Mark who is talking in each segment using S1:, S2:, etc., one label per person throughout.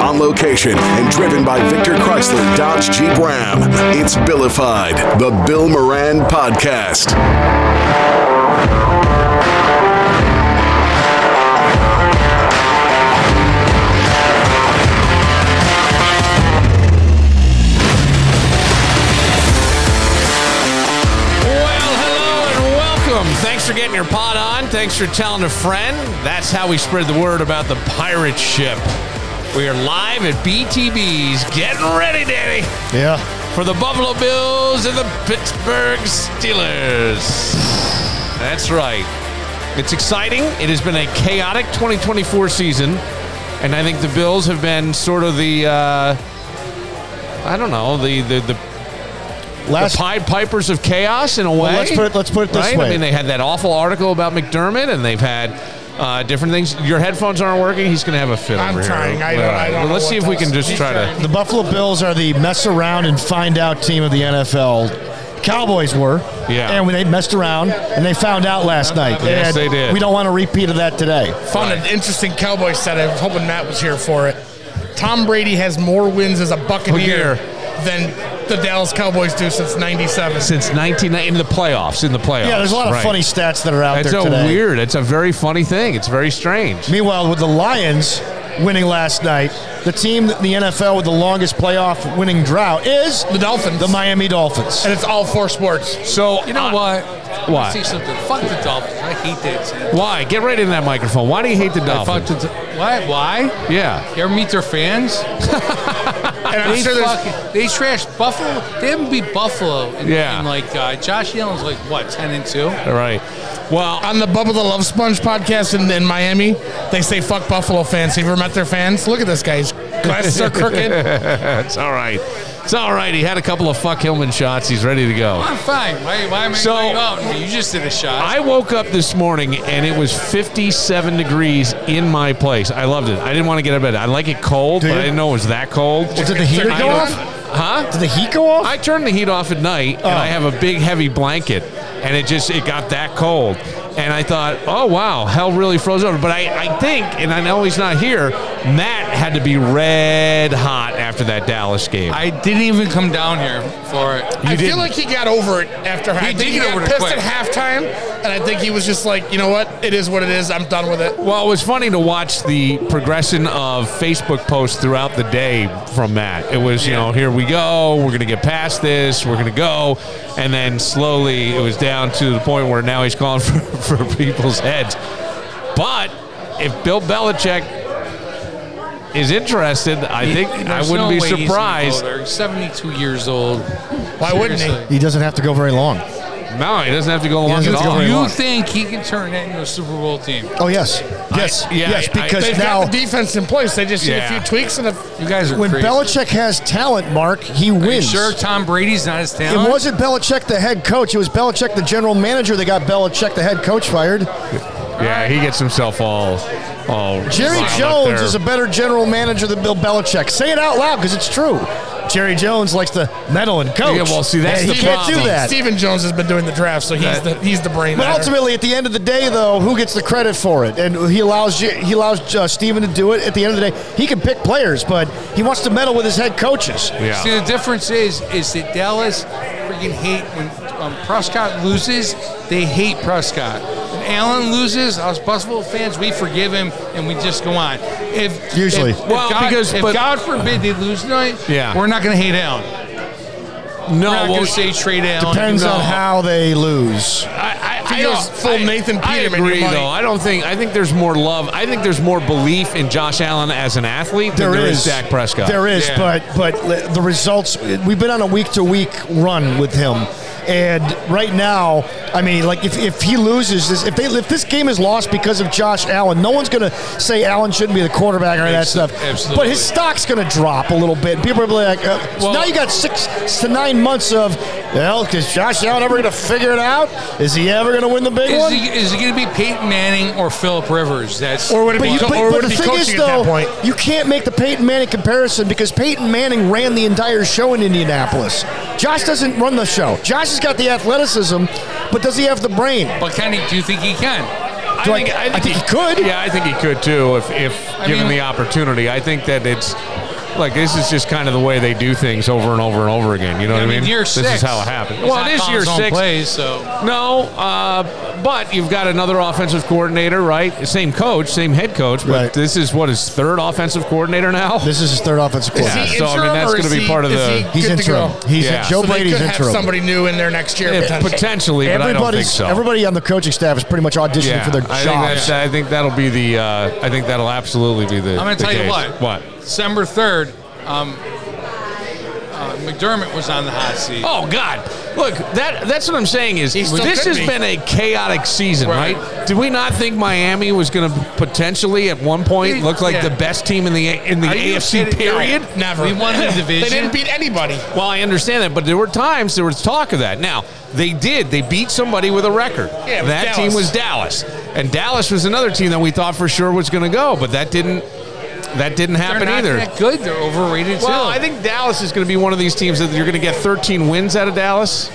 S1: On location and driven by Victor Chrysler Dodge Jeep Ram, it's Billified, the Bill Moran Podcast.
S2: Well, hello and welcome. Thanks for getting your pod on. Thanks for telling a friend. That's how we spread the word about the pirate ship. We are live at BTB's. Getting ready, Danny,
S3: Yeah.
S2: for the Buffalo Bills and the Pittsburgh Steelers. That's right. It's exciting. It has been a chaotic 2024 season, and I think the Bills have been sort of the, uh, I don't know, the the the the
S3: Last
S2: Pied Pipers of chaos in a way.
S3: let's put it- let's put it this
S2: right? I
S3: way.
S2: mean, they had that awful article about McDermott, and they've had uh, different things. Your headphones aren't working. He's going to have a fit.
S4: I'm
S2: over here.
S4: trying. I don't-
S2: All
S4: I don't
S2: Well,
S4: know
S2: let's see
S4: what
S2: if we
S4: to-
S2: can just
S4: He's
S2: try to.
S4: trying.
S3: the Buffalo Bills are the mess around and find out team of the NFL. Cowboys were.
S2: Yeah.
S3: And when they messed around and they found out last night.
S2: Yes,
S3: And
S2: they did.
S3: We don't want a repeat of that today.
S4: Found an interesting Cowboy stat. I was hoping Matt was here for it. Tom Brady has more wins as a
S2: Buccaneer.
S4: Buccaneer than the Dallas Cowboys do since '97.
S2: Since 1990, in the playoffs, in the playoffs.
S3: Yeah, there's a lot of
S2: right.
S3: funny stats that are out
S2: It's
S3: there
S2: a
S3: today.
S2: weird. It's a very funny thing. It's very strange.
S3: Meanwhile, with the Lions winning last night, the team that in the NFL with the longest playoff winning drought is
S4: The Dolphins.
S3: the Miami Dolphins.
S4: and it's all four sports.
S2: So
S5: You know
S2: uh,
S5: what?
S2: Why?
S5: See something. Fuck the Dolphins. I hate that team.
S2: Why? Get right in that microphone. Why do you hate the
S5: Fuck
S2: Dolphins?
S5: the Do- Why? Why?
S2: yeah.
S5: You ever meet their fans?
S4: And I'm
S5: They
S4: sure there's
S5: fucking, they trash Buffalo. They haven't beat Buffalo. In,
S2: Yeah.
S5: in like uh, Josh Allen's like what ten and two.
S2: All right. Well,
S4: on the Bubble the Love Sponge podcast in, in Miami, they say "fuck Buffalo fans." Have you ever met their fans? Look at this guy's glasses are crooked.
S2: it's all right. It's all right. He had a couple of fuck Hillman shots. He's ready to go.
S5: I'm fine. Why? Why am I
S2: So-
S5: so, out? You just did a shot.
S2: I woke up this morning and it was 57 degrees in my place. I loved it. I didn't want to get out of bed. I like it cold,
S3: Do
S2: but
S3: you?
S2: I didn't know it was that cold.
S3: Well, did the heater
S2: I
S3: go
S2: don't-
S3: off?
S2: Huh?
S3: Did the heat go off?
S2: I turn the heat off at night, and
S3: Oh.
S2: I have a big heavy blanket, and it just it got that cold, and I thought, oh wow, hell really froze over. But I, I think, and I know he's not here. Matt had to be red hot after that Dallas game.
S5: I didn't even come down here for it.
S4: I
S2: didn't.
S4: feel like he got over it after. I
S5: did
S4: think he
S5: get
S4: got
S5: over it
S4: pissed
S5: quick.
S4: at halftime, and I think he was just like, you know what? It is what it is. I'm done with it.
S2: Well, it was funny to watch the progression of Facebook posts throughout the day from Matt. It was, you know, here we go, we're going to get past this, we're going to go. And then slowly it was down to the point where now he's calling for, for people's heads. But if Bill Belichick is interested, I think I
S5: There's
S2: wouldn't
S5: no
S2: be
S5: way he's gonna go
S2: surprised.
S5: there. He's Seventy-two years old.
S4: Why wouldn't he?
S5: Seriously.
S3: he doesn't have to go very long.
S2: No, he doesn't have to go along
S3: doesn't
S2: at
S3: have to go
S2: all.
S3: very
S2: You-
S3: long.
S5: You think he can turn that into a Super Bowl team?
S3: Oh yes, yes,
S2: yeah,
S3: yes.
S2: I-
S3: Because
S4: They've
S3: now
S4: got the defense in place. They just need
S2: Yeah.
S4: a few tweaks and a
S5: You guys are
S3: when
S5: crazy.
S3: Belichick has talent, Mark, he
S5: Are you
S3: wins.
S5: sure Tom Brady's not as
S3: It
S5: talented?
S3: wasn't Belichick the head coach. It was Belichick the general manager that got Belichick the head coach fired.
S2: yeah, he gets himself all. all
S3: Jerry
S2: riled up
S3: Jones
S2: there.
S3: is a better general manager than Bill Belichick. Say it out loud because it's true. Jerry Jones likes to meddle and coach.
S2: Yeah, well, see, that's
S3: And
S2: the
S3: he can't do
S2: problem.
S3: that.
S4: Steven Jones has been doing the draft, so he's the he's the brain.
S3: But
S4: there.
S3: ultimately, at the end of the day, though, who gets the credit for it? And he allows you- he allows uh, Steven to do it. At the end of the day, he can pick players, but he wants to meddle with his head coaches.
S2: Yeah.
S5: See, the difference is is that Dallas freaking hate when um, Prescott loses, they hate Prescott. When Allen loses, us Buffalo fans, we forgive him and we just go on. If
S3: Usually.
S5: if, if
S2: Well,
S5: God,
S2: because-
S5: if
S2: but-
S5: God forbid they lose tonight,
S2: Yeah.
S5: we're not going to hate Allen.
S2: no,
S5: We're not
S2: well,
S5: going to say trade Allen.
S3: Depends
S5: No.
S3: on how they lose.
S2: I, I, I
S4: Feels
S2: don't-
S4: full
S2: I-
S4: Nathan
S2: I
S4: Peterman,
S2: agree,
S4: your money.
S2: though. I don't think. I think there's more love. I think there's more belief in Josh Allen as an athlete than there is, Dak Prescott.
S3: There is,
S5: Yeah.
S3: but but li- the results. We've been on a week to week run with him, and right now, I mean, like if, if he loses this, if they if this game is lost because of Josh Allen, no one's gonna say Allen shouldn't be the quarterback or any of that
S5: Absol-
S3: stuff.
S5: absolutely.
S3: But his stock's gonna drop a little bit. People are gonna be like, uh, so
S5: Well-
S3: now you got six to nine months of well, is Josh Allen ever gonna figure it out? Is he ever gonna win the big
S5: Is
S3: one?
S5: he, is it going to be Peyton Manning or Philip Rivers? That's
S4: or would it
S3: But,
S4: be,
S3: you, but,
S4: or
S3: but
S4: would
S3: the
S4: it be
S3: thing
S4: coaching
S3: is,
S4: at that
S3: though,
S4: point?
S3: you can't make the Peyton Manning comparison because Peyton Manning ran the entire show in Indianapolis. Josh doesn't run the show. Josh has got the athleticism, but does he have the brain?
S5: But can he, do you think he can?
S3: Do
S2: I
S3: I-
S2: think, I think
S3: I think he could.
S2: Yeah, I think he could too if, if given
S5: mean-
S2: the opportunity. I think that it's like this is just kind of the way they do things over and over and over again. You know
S5: I
S2: what I
S5: mean,
S2: mean?
S5: year
S2: this
S5: six.
S2: is how it happened. Well, it is year six.
S5: Plays, so
S2: No, uh, but you've got another offensive coordinator, right? Same coach, same head coach, but
S3: Right.
S2: this is what his third offensive coordinator now.
S3: This is his third offensive
S2: Yeah,
S3: coordinator.
S2: so, I mean, that's
S4: going
S2: gonna
S4: to
S2: be part of the-
S3: He's interim. He's
S2: Yeah.
S3: Joe
S4: so
S3: Brady's
S4: they could
S3: interim.
S4: have somebody new in there next year.
S2: Yeah,
S4: potentially.
S2: potentially, but I don't think
S3: Everybody's
S2: so.
S3: everybody on the coaching staff is pretty much auditioning
S2: yeah,
S3: for their
S2: I think,
S3: jobs.
S2: that's, I think that'll be the. Uh, I think that'll absolutely be the.
S5: I'm going
S2: the
S5: to tell you
S2: case.
S5: what.
S2: What?
S5: December 3rd, um, uh, McDermott was on the hot seat.
S2: Oh God! Look, that that's what I'm saying is
S4: He still
S2: this
S4: could
S2: has
S4: be.
S2: been a chaotic season, right?
S5: Right.
S2: Did we not think Miami was going to potentially at one point
S5: Yeah.
S2: look like the best team in the in the
S5: Are you
S2: AFC
S5: kidding? No.
S2: period?
S4: Never.
S5: We won the
S4: They
S5: division.
S4: didn't beat anybody.
S2: Well, I understand that, but there were times there was talk of that. Now they did; they beat somebody with a record.
S4: Yeah, it was
S2: that
S4: Dallas.
S2: team was Dallas, and Dallas was another team that we thought for sure was going to go, but that didn't. That didn't
S5: They're
S2: happen
S5: not
S2: either.
S5: that good. They're overrated
S2: Well,
S5: too.
S2: I think Dallas is going to be one of these teams that you're going to get 13 wins out of Dallas,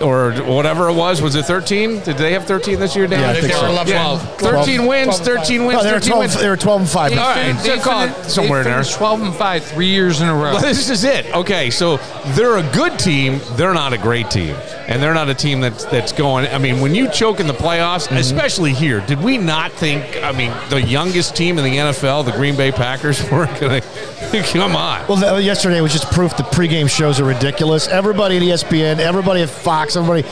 S2: or whatever it was. Was it 13? Did they have 13 this year? Down?
S3: Yeah, I think
S4: They were
S3: so.
S4: 11.
S2: Yeah, 13 wins, 13 wins,
S3: No, they were
S2: 13
S3: 12.
S2: wins.
S3: They were 12 and five.
S5: They
S2: All right,
S5: fin-
S2: so
S5: they
S2: call it
S5: fin-
S2: somewhere in
S5: they
S2: there.
S5: finished 12 and 5 three years in a row.
S2: Well, this is it. Okay, so they're a good team. They're not a great team, and they're not a team that's that's going. I mean, when you choke in the playoffs, especially here, did we not think? I mean, the youngest team in the NFL, the Green Bay Packers, were going to come on.
S3: Well, the, yesterday was just proof the pregame shows are ridiculous. Everybody at E ESPN, everybody at Fox, everybody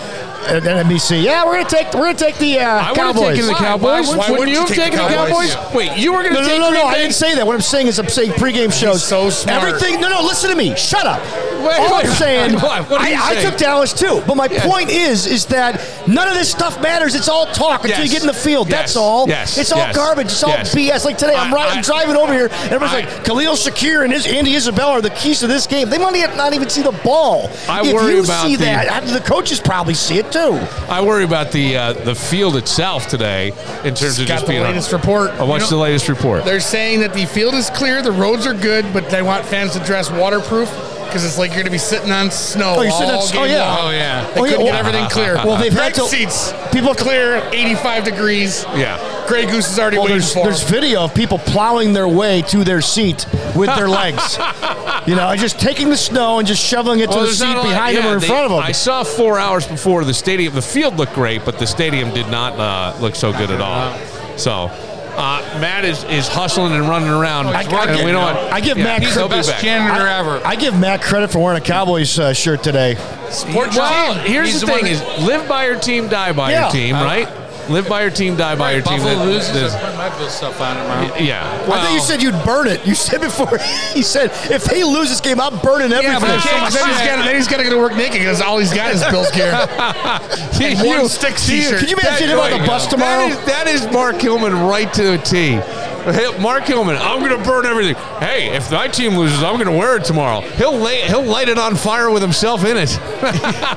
S3: at NBC. Yeah, we're gonna take we're gonna take the uh,
S2: I would have
S3: Cowboys.
S2: taken the
S5: Why-
S2: Cowboys.
S5: why
S2: Wouldn't,
S4: wouldn't
S2: you
S4: you
S2: have
S4: take
S2: taken the
S4: the
S2: Cowboys?
S4: Cowboys?
S2: Wait, you were going to
S3: no, no,
S2: take
S3: no,
S2: Green
S3: no! I
S2: Bay?
S3: didn't say that. What I'm saying is, I'm saying pregame shows.
S4: so smart.
S3: Everything. No, no. Listen to me. Shut up.
S2: Wait,
S3: All
S2: wait,
S3: I'm saying.
S2: what- what are you
S3: I, I
S2: saying?
S3: took Dallas too, but my point is, is that none of this stuff matters. It's all talk until
S2: Yes.
S3: you get in the field.
S2: Yes.
S3: That's all.
S2: Yes.
S3: It's all
S2: Yes.
S3: garbage. It's all
S2: Yes.
S3: BS. Like today, I'm
S2: I-
S3: right.
S2: I-
S3: I'm driving over here, and everybody's
S2: I-
S3: like, Khalil Shakir and his Andy Isabella are the keys to this game. They might not- not even see the ball.
S2: I
S3: if
S2: worry
S3: you
S2: about
S3: see
S2: the-
S3: that, I- the coaches probably see it too.
S2: I worry about the uh, the field itself today in terms of
S4: Got
S2: just
S4: the
S2: being. on-
S4: latest report.
S2: Uh, what's
S4: You know-
S2: the latest report?
S4: They're saying that the field is clear, the roads are good, but they want fans to dress waterproof because it's like you're going to be sitting on snow.
S3: Oh, you're sitting on
S4: all
S3: s-
S4: game
S3: oh, yeah.
S4: long.
S5: Oh, yeah.
S4: They
S3: Oh, yeah,
S4: couldn't
S3: well-
S4: get everything clear.
S3: Well, they've had
S4: Great
S3: to-
S4: seats.
S3: people-
S4: clear, 85 degrees.
S2: Yeah.
S4: Grey Goose is already
S3: Well,
S4: waiting
S3: there's,
S4: for
S3: there's
S4: them.
S3: video of people plowing their way to their seat with their legs. You know, and just taking the snow and just shoveling it to
S2: Well,
S3: the
S2: there's
S3: seat
S2: Oh, not a lot-
S3: behind them
S2: yeah,
S3: or in
S2: they-
S3: front of them.
S2: I saw four hours before the stadium. The field looked great, but the stadium did not uh, look so good at all. So. Uh, Matt is, is hustling and running around.
S5: he's
S2: and
S5: working,
S2: we don't,
S5: though.
S3: I give Matt
S2: he's
S5: He's the
S2: he'll be
S5: best
S2: back.
S5: janitor ever.
S3: I give Matt credit for wearing a Cowboys uh, shirt today.
S5: Support your
S2: Well,
S5: team.
S2: here's
S5: He's
S2: the
S5: the
S2: thing:
S5: one-
S2: is live by your team, die by
S3: Yeah.
S2: your team, right? Live by your team, die by your team.
S5: Buffalo
S2: That-
S5: loses.
S2: that's-
S5: I put my Bills stuff on tomorrow.
S2: yeah.
S3: I thought you said you'd burn it. You said before. He said, "If they lose this game, I'm burning everything."
S4: Yeah, but
S5: Everything.
S4: then he's gotta- then he's got to go to work naked because all he's got is Bill's gear.
S2: Did
S4: one stick t-shirt.
S3: Can you imagine him on the
S2: right.
S3: bus tomorrow?
S2: That is, that is Mark Hillman right to the T. Hey, Mark Hillman, I'm going to burn everything. Hey, if my team loses, I'm going to wear it tomorrow. He'll lay, he'll light it on fire with himself in it.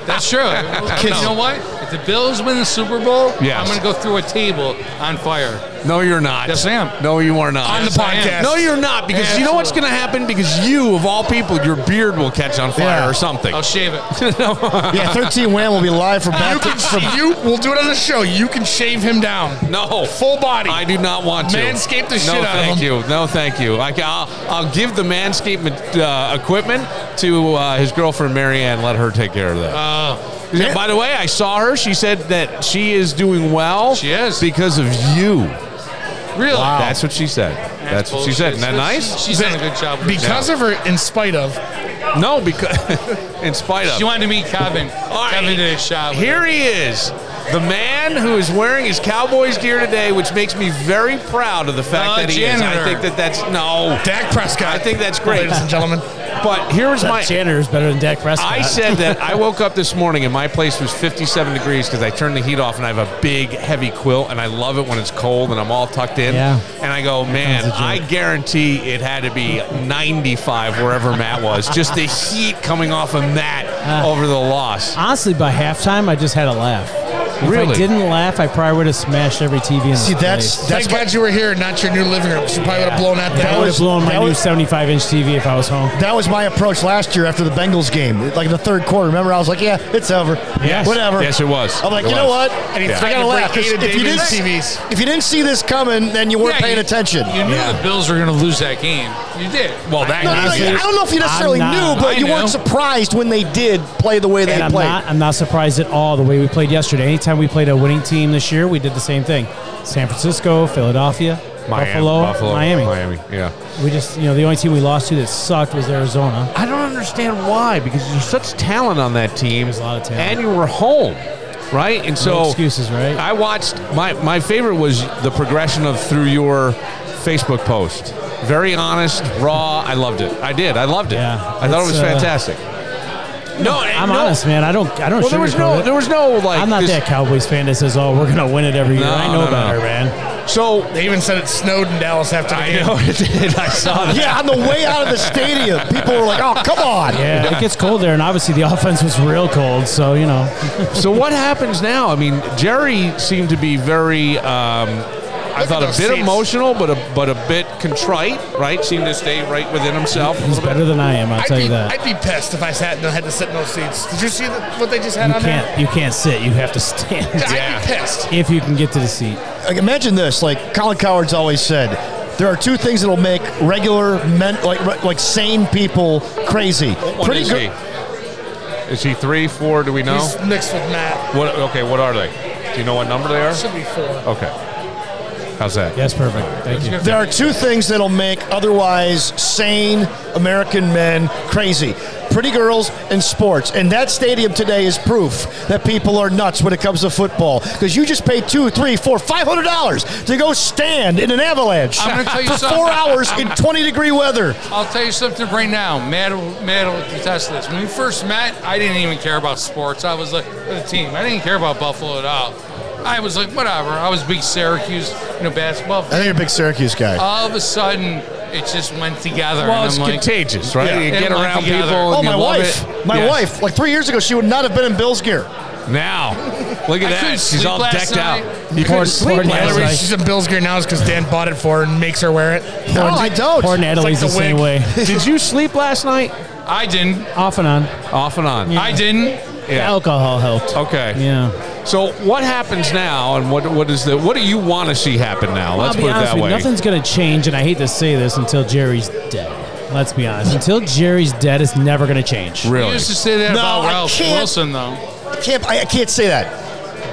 S5: That's true. you know what? If the Bills win the Super Bowl,
S2: Yes.
S5: I'm going to go through a table on fire.
S2: No, you're not.
S5: Yes, I am.
S2: No, you are not.
S4: On the
S5: Yes, I am.
S4: podcast.
S2: No, you're not. Because you know what's going to happen? Because you, of all people, your beard will catch on fire
S3: Yeah.
S2: or something.
S5: I'll shave it.
S3: yeah, 13 Wham will be live from
S4: You
S3: back
S4: can
S3: from
S4: you. We'll do it on the show. You can shave him down.
S2: No,
S4: Full body.
S2: I do not want to
S4: Manscape the shit
S2: no,
S4: out of
S2: thank
S4: him.
S2: you. No, thank you. I, I'll, I'll give the manscape uh, equipment to uh, his girlfriend Marianne. Let her take care of that. Yeah, by the way, I saw her. She said that she is doing well.
S5: She is.
S2: because of you.
S5: Really?
S2: That's what she said. That's, what she said. Isn't that nice?
S5: She's done a good job. with herself.
S4: Because of her, in spite of,
S2: No, because in spite of.
S5: she wanted to meet Kevin.
S2: All right.
S5: Kevin did a shot. with
S2: Here he is, the man who is wearing his Cowboys gear today, which makes me very proud of the fact
S5: Uh,
S2: that he is. I
S5: janitor.
S2: think that that's no.
S4: Dak Prescott.
S2: I think that's great.
S4: ladies and gentlemen.
S2: But here's
S6: That
S2: my.
S6: janitor is better than Dak Prescott.
S2: I said that I woke up this morning and my place was 57 degrees because I turned the heat off and I have a big heavy quilt and I love it when it's cold and I'm all tucked in.
S6: Yeah.
S2: And I go, man,
S6: comes the joke.
S2: I guarantee it had to be 95 wherever Matt was. Just the
S6: Ah.
S2: heat coming off of Matt over the loss.
S6: Honestly, by halftime, I just had a laugh. If I
S2: Really?
S6: didn't laugh, I probably would have smashed every TV in the
S3: See, that's that's
S4: Thank God you were here, and not your new living room. So you probably would have blown out the
S6: I would have
S4: house.
S6: blown my
S3: that
S6: new
S3: was-
S6: 75 inch TV if I was home.
S3: That was my approach last year after the Bengals game, like in the third quarter. Remember, I was like, "Yeah, it's over.
S6: Yes.
S3: whatever."
S2: Yes, it was.
S3: I'm like,
S2: It
S3: you know
S2: was.
S3: what?
S4: And he tried
S3: I
S4: to
S3: gotta
S4: break
S3: laugh. 'cause
S4: Ada
S3: If you, didn't,
S4: Davis' TVs.
S3: if you didn't see this coming, then you weren't
S5: Yeah,
S3: paying
S5: you-
S3: attention.
S5: You knew the Bills were going to lose that game. You did.
S2: Well, that
S3: No, no, no,
S2: easy.
S3: I don't know if you necessarily
S6: I'm not.
S3: knew, but
S5: I
S3: you
S5: know.
S3: weren't surprised when they did play the way they
S6: And I'm
S3: played.
S6: not, I'm not surprised at all the way we played yesterday. Anytime we played a winning team this year, we did the same thing. San Francisco, Philadelphia,
S2: Miami,
S6: Buffalo, Miami.
S2: Miami. Yeah.
S6: We just, you know, the only team we lost to that sucked was Arizona.
S2: I don't understand why because there's such talent on that team.
S6: There's a lot of talent.
S2: And you were home, right? And so
S6: excuses, right?
S2: I watched my my favorite was the progression of through your Facebook post. Very honest, raw. I loved it. I did. I loved it.
S6: Yeah.
S2: I thought it
S6: It's,
S2: was
S6: uh,
S2: fantastic. No, and
S6: I'm
S2: no-
S6: honest, man. I don't, I don't.
S2: Well, there was
S6: sugarcoat
S2: no,
S6: it.
S2: there was no like.
S6: I'm not
S2: this-
S6: that Cowboys fan that says, "Oh, we're gonna win it every year."
S2: No,
S6: I
S2: no,
S6: know
S2: no.
S6: better, man.
S2: So
S4: They even said it snowed in Dallas after the
S2: I
S4: game.
S2: know it did. I saw that.
S3: yeah, on the way out of the stadium, people were like, "Oh, come on."
S6: Yeah, it gets cold there, and obviously the offense was real cold. So you know,
S2: So what happens now? I mean, Jerry seemed to be very. Um, I
S4: Look
S2: thought
S4: at
S2: a
S4: those
S2: bit
S4: seats.
S2: emotional, but a but a bit contrite, right? Seemed to stay right within himself. a
S6: he's
S2: little bit.
S6: better than I am. I'll
S4: I'd
S6: tell
S4: be,
S6: you that.
S4: I'd be pissed if I sat and had to sit in those seats. Did you see the, what they just had
S6: You
S4: on
S6: can't, you can't sit. You have to stand
S4: there?
S2: Yeah.
S4: I'd be pissed.
S6: if you can get to the seat.
S3: Like, imagine this. Like Colin Coward's always said, there are two things that'll make regular men, like re- like sane people, crazy.
S2: What is
S3: gr-
S2: he? Is he three, four? Do we know?
S4: He's mixed with Matt.
S2: what? Okay, what are they? Do you know what number they are?
S4: Should be four.
S2: Okay. How's that?
S6: Yes, perfect. Thank you.
S3: There are two things that'll make otherwise sane American men crazy pretty girls and sports. And that stadium today is proof that people are nuts when it comes to football because you just pay two, three, four, five hundred dollars to go stand in an avalanche
S5: I'm gonna tell you
S3: for
S5: something.
S3: four hours in 20 degree weather.
S5: I'll tell you something right now. Matt, will- Matt will contest this. When we first met, I didn't even care about sports. I was like the team. I didn't care about Buffalo at all. I was like, whatever. I was a big Syracuse, you know, basketball. fan.
S3: think you're a big Syracuse guy.
S2: Oh,
S5: All of a sudden, it just went together. and
S2: Well,
S5: I'm
S2: it's
S5: like,
S2: contagious, right?
S5: Yeah.
S2: You
S5: They
S2: get
S5: love
S2: around
S5: together.
S2: people.
S3: Oh,
S2: and you
S3: my
S2: love
S3: wife.
S2: it.
S3: My
S2: Yes.
S3: wife. Like three years ago, she would not have been in Bill's gear.
S2: Now, look at
S5: I
S2: that.
S5: couldn't
S2: She's
S5: sleep
S2: all
S5: last
S2: decked
S5: night.
S2: out. You couldn't sleep
S6: poor
S4: The
S2: last
S4: only reason
S6: Natalie.
S2: night.
S4: she's in Bill's gear now is because Dan bought it for her and makes her wear it.
S3: No, I don't.
S6: Poor Natalie's
S4: the
S6: the, same
S4: wig.
S6: way,
S2: Did you sleep last night?
S5: I didn't.
S6: off and on.
S2: Off and on.
S5: I didn't.
S6: The Alcohol helped.
S2: Okay.
S6: Yeah.
S2: So what happens now, and what what is the what do you want to see happen now? Let's
S6: I'll be
S2: put it
S6: honest
S2: that
S6: with
S2: way.
S6: you, nothing's gonna change, and I hate to say this until Jerry's dead. Let's be honest. Until Jerry's dead, it's never gonna change.
S5: I
S2: really.
S5: used to say that
S3: No,
S5: about
S3: I
S5: Ralph
S3: can't.
S5: Wilson, though.
S3: can't, I, I can't say that.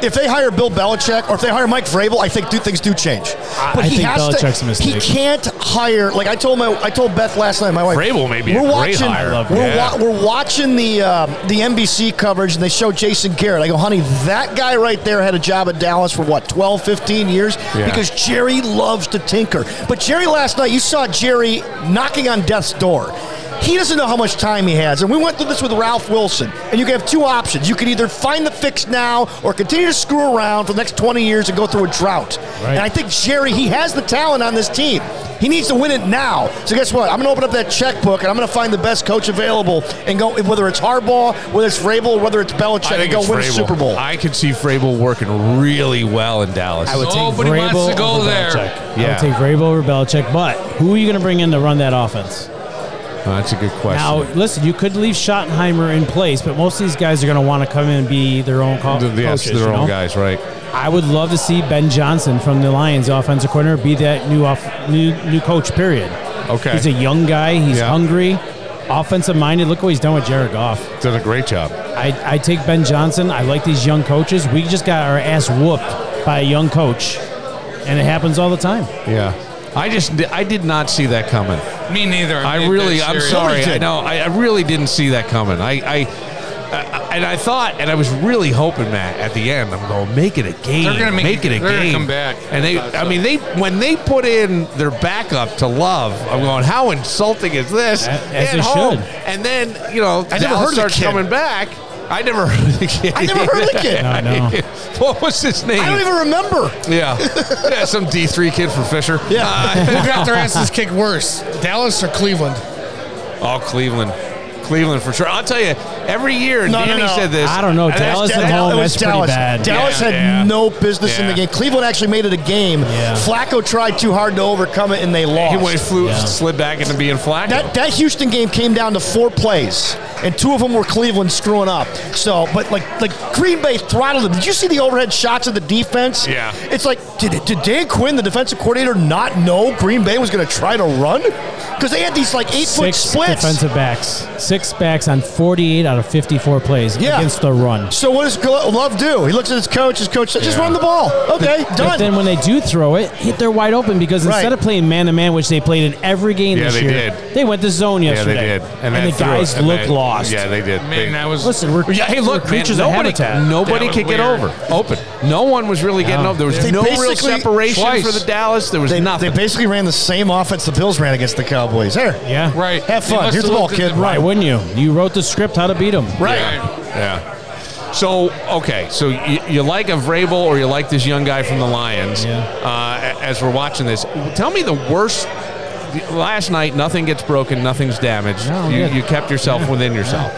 S3: If they hire Bill Belichick or if they hire Mike Vrabel, I think do, things do change. But
S6: I think Belichick's a mistake.
S3: He can't hire. Like I told my, I told Beth last night. My wife
S2: Vrabel may be a
S3: We're
S2: great
S3: watching.
S2: hire. I love
S3: We're,
S2: that.
S3: wa- we're watching the um, the NBC coverage, and they show Jason Garrett. I go, honey, that guy right there had a job at Dallas for what 12, 15 years
S2: Yeah.
S3: because Jerry loves to tinker. But Jerry last night, you saw Jerry knocking on death's door. He doesn't know how much time he has. And we went through this with Ralph Wilson. And you can have two options. You can either find the fix now or continue to screw around for the next 20 years and go through a drought. And I think Jerry, he has the talent on this team. He needs to win it now. So guess what? I'm going to open up that checkbook and I'm going to find the best coach available and go, whether it's Harbaugh, whether it's Vrabel, whether it's Belichick, and go
S2: it's
S3: win a
S2: Vrabel.
S3: Super Bowl.
S2: I could see Frable working really well in Dallas.
S6: I would
S5: Nobody
S6: take
S5: wants
S6: Vrabel
S5: to go
S6: over
S5: there.
S6: Belichick. I
S2: Yeah.
S6: would take Vrabel over Belichick. But who are you going to bring in to run that offense?
S2: Oh, that's a good question.
S6: Now, listen, you could leave Schottenheimer in place, but most of these guys are going to want to come in and be their own co-
S2: The- the- yes,
S6: coaches.
S2: their
S6: you
S2: own
S6: know?
S2: guys, right?
S6: I would love to see Ben Johnson from the Lions, offensive corner, be that new off new new coach. Period.
S2: Okay.
S6: He's a young guy. He's
S2: Yeah.
S6: hungry, offensive minded. Look what he's done with Jared Goff.
S2: Done a great job.
S6: I, I take Ben Johnson. I like these young coaches. We just got our ass whooped by a young coach, and it happens all the time.
S2: Yeah. I just I did not see that coming.
S5: Me neither. I'm
S2: I
S5: dead
S2: really,
S5: serious.
S2: I'm sorry. I know, I, I really didn't see that coming. I, I, I, and I thought, and I was really hoping that at the end, I'm going make it a game.
S5: They're gonna make it-
S2: it a
S5: they're gonna
S2: game.
S5: come back.
S2: And they, I mean, they when they put in their backup to Love, I'm going, how insulting is this?
S6: As- as
S2: at
S6: they
S2: home,
S6: should.
S2: and then you know, I
S3: never heard of the
S2: starts
S3: kid.
S2: coming back. I never heard of the kid.
S3: I never heard of the kid.
S6: I know.
S2: what was his name?
S3: I don't even remember.
S2: yeah, yeah, some D3 kid from Fisher. Uh,
S3: Yeah.
S4: Who got their asses kicked worse, Dallas or Cleveland?
S2: Oh, Cleveland. Cleveland for sure. I'll tell you, Every year,
S3: No, no,
S2: Danny
S3: no.
S2: said this.
S6: I don't know,
S2: That's
S6: Dallas
S2: Dak-
S6: at
S3: Dal-
S6: home,
S3: it was
S6: that's pretty
S3: Dallas.
S6: bad.
S3: Dallas
S2: Yeah,
S3: had
S2: yeah.
S3: no business in the
S2: Yeah.
S3: game. Cleveland actually made it a game.
S6: Yeah.
S3: Flacco tried too hard to overcome it, and they lost.
S2: He went, flew,
S6: Yeah.
S2: slid back into being Flacco.
S3: That that Houston game came down to four plays, and two of them were Cleveland screwing up. So, but like like Green Bay throttled them. Did you see the overhead shots of the defense?
S2: Yeah.
S3: It's like did did Dan Quinn, the defensive coordinator, not know Green Bay was going to try to run because they had these like eight foot
S6: Six
S3: splits.
S6: defensive backs, six backs on 48 out of 54 plays
S3: Yeah.
S6: against the run.
S3: So what does Glo- Love do? He looks at his coach. His coach says, "Just
S2: Yeah.
S3: run the ball." Okay,
S6: But then
S3: done.
S6: when they do throw it, hit they're wide open because
S3: Right.
S6: instead of playing man to man, which they played in every game
S2: Yeah,
S6: this
S2: they
S6: year,
S2: did.
S6: they went to zone
S2: yeah, they
S6: yesterday.
S2: did.
S6: And,
S2: they
S6: the
S2: threw it.
S6: guys
S2: And
S6: looked
S2: they-
S6: lost.
S2: Yeah, they did. They-
S5: Man, that was
S6: Listen, we're,
S2: Yeah, hey, look,
S6: we're
S2: man,
S6: creatures
S2: nobody,
S6: of habitat.
S2: nobody
S5: That
S2: could
S5: was
S2: get
S5: weird.
S2: over. Open. No one was really getting
S6: Yeah.
S2: over. There was
S3: They
S2: no real
S3: basically-
S2: separation
S5: Twice.
S2: for the Dallas. There was
S3: They, they
S2: nothing.
S3: basically ran the same offense the Bills ran against the Cowboys. There.
S6: Yeah.
S5: Right.
S3: Have
S5: They
S3: fun.
S5: must
S3: Here's the
S5: have
S3: ball,
S5: looked at
S3: kid.
S5: the-
S6: Right, wouldn't you? You wrote the script how to beat them.
S3: Right.
S2: Yeah. So okay, so you, you like a Vrabel or you like this young guy from the Lions?
S6: Yeah.
S2: Uh, a- as we're watching this, tell me the worst. Last night, nothing gets broken, nothing's damaged.
S6: No,
S2: you,
S6: good.
S2: you kept yourself within yourself.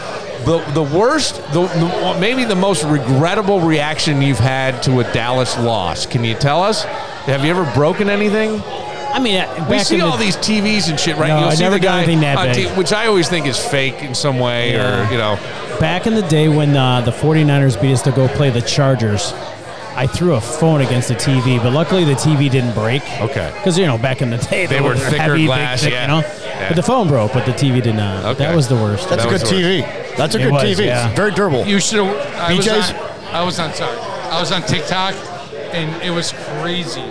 S2: The, the worst, the, the maybe the most regrettable reaction you've had to a Dallas loss. Can you tell us? Have you ever broken anything?
S6: I mean, uh, back
S2: We see
S6: in the,
S2: all these TVs and shit, right?
S6: No,
S2: You'll
S6: I
S2: see
S6: never
S2: the
S6: got
S2: guy
S6: anything that
S2: on
S6: big.
S2: T- which I always think is fake in some way,
S6: Yeah.
S2: or you know,
S6: back in the day when uh, the 49ers beat us to go play the Chargers, I threw a phone against the TV, but luckily the TV didn't break.
S2: Okay.
S6: Because, you know, back in the day,
S2: They were
S6: were
S2: thicker
S6: heavy, big,
S2: glass,
S6: thick,
S2: yeah.
S6: You know?
S2: Yeah.
S6: But the phone broke, but the TV did not.
S2: Okay.
S6: That was the worst.
S3: That's
S2: That
S3: a
S2: was
S3: good
S2: the
S3: TV. That's a
S6: It
S3: good
S6: was,
S3: TV.
S6: yeah.
S3: It's very durable.
S5: You should have. I was
S3: BJ's?
S5: on. I was on. Sorry, I was on TikTok, and it was crazy.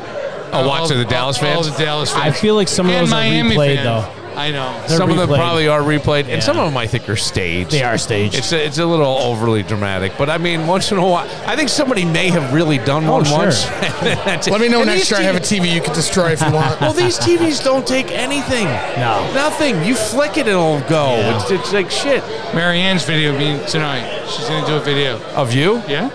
S2: Oh, watching
S5: All-
S2: the Dallas
S5: all-
S2: fans?
S5: All the Dallas fans.
S6: I feel like some of
S5: And
S6: those are
S5: Miami
S6: replayed,
S5: fans.
S6: though.
S5: I know.
S6: They're
S2: some of them
S6: replayed.
S2: probably are replayed,
S6: Yeah.
S2: and some of them I think are staged.
S6: They are staged.
S2: It's a, it's a little overly dramatic, but I mean, once in a while, I think somebody may have really done one
S6: sure.
S2: once. That's it.
S4: Let Oh, me know
S2: And
S4: next
S2: these
S4: year I have a
S2: TVs
S4: TV you could destroy if you want.
S2: Well, these TVs don't take anything.
S6: No.
S2: nothing. You flick it, it'll go.
S6: Yeah.
S2: It's, it's like shit.
S5: Marianne's video being tonight. She's gonna do a video.
S2: Of you?
S5: Yeah.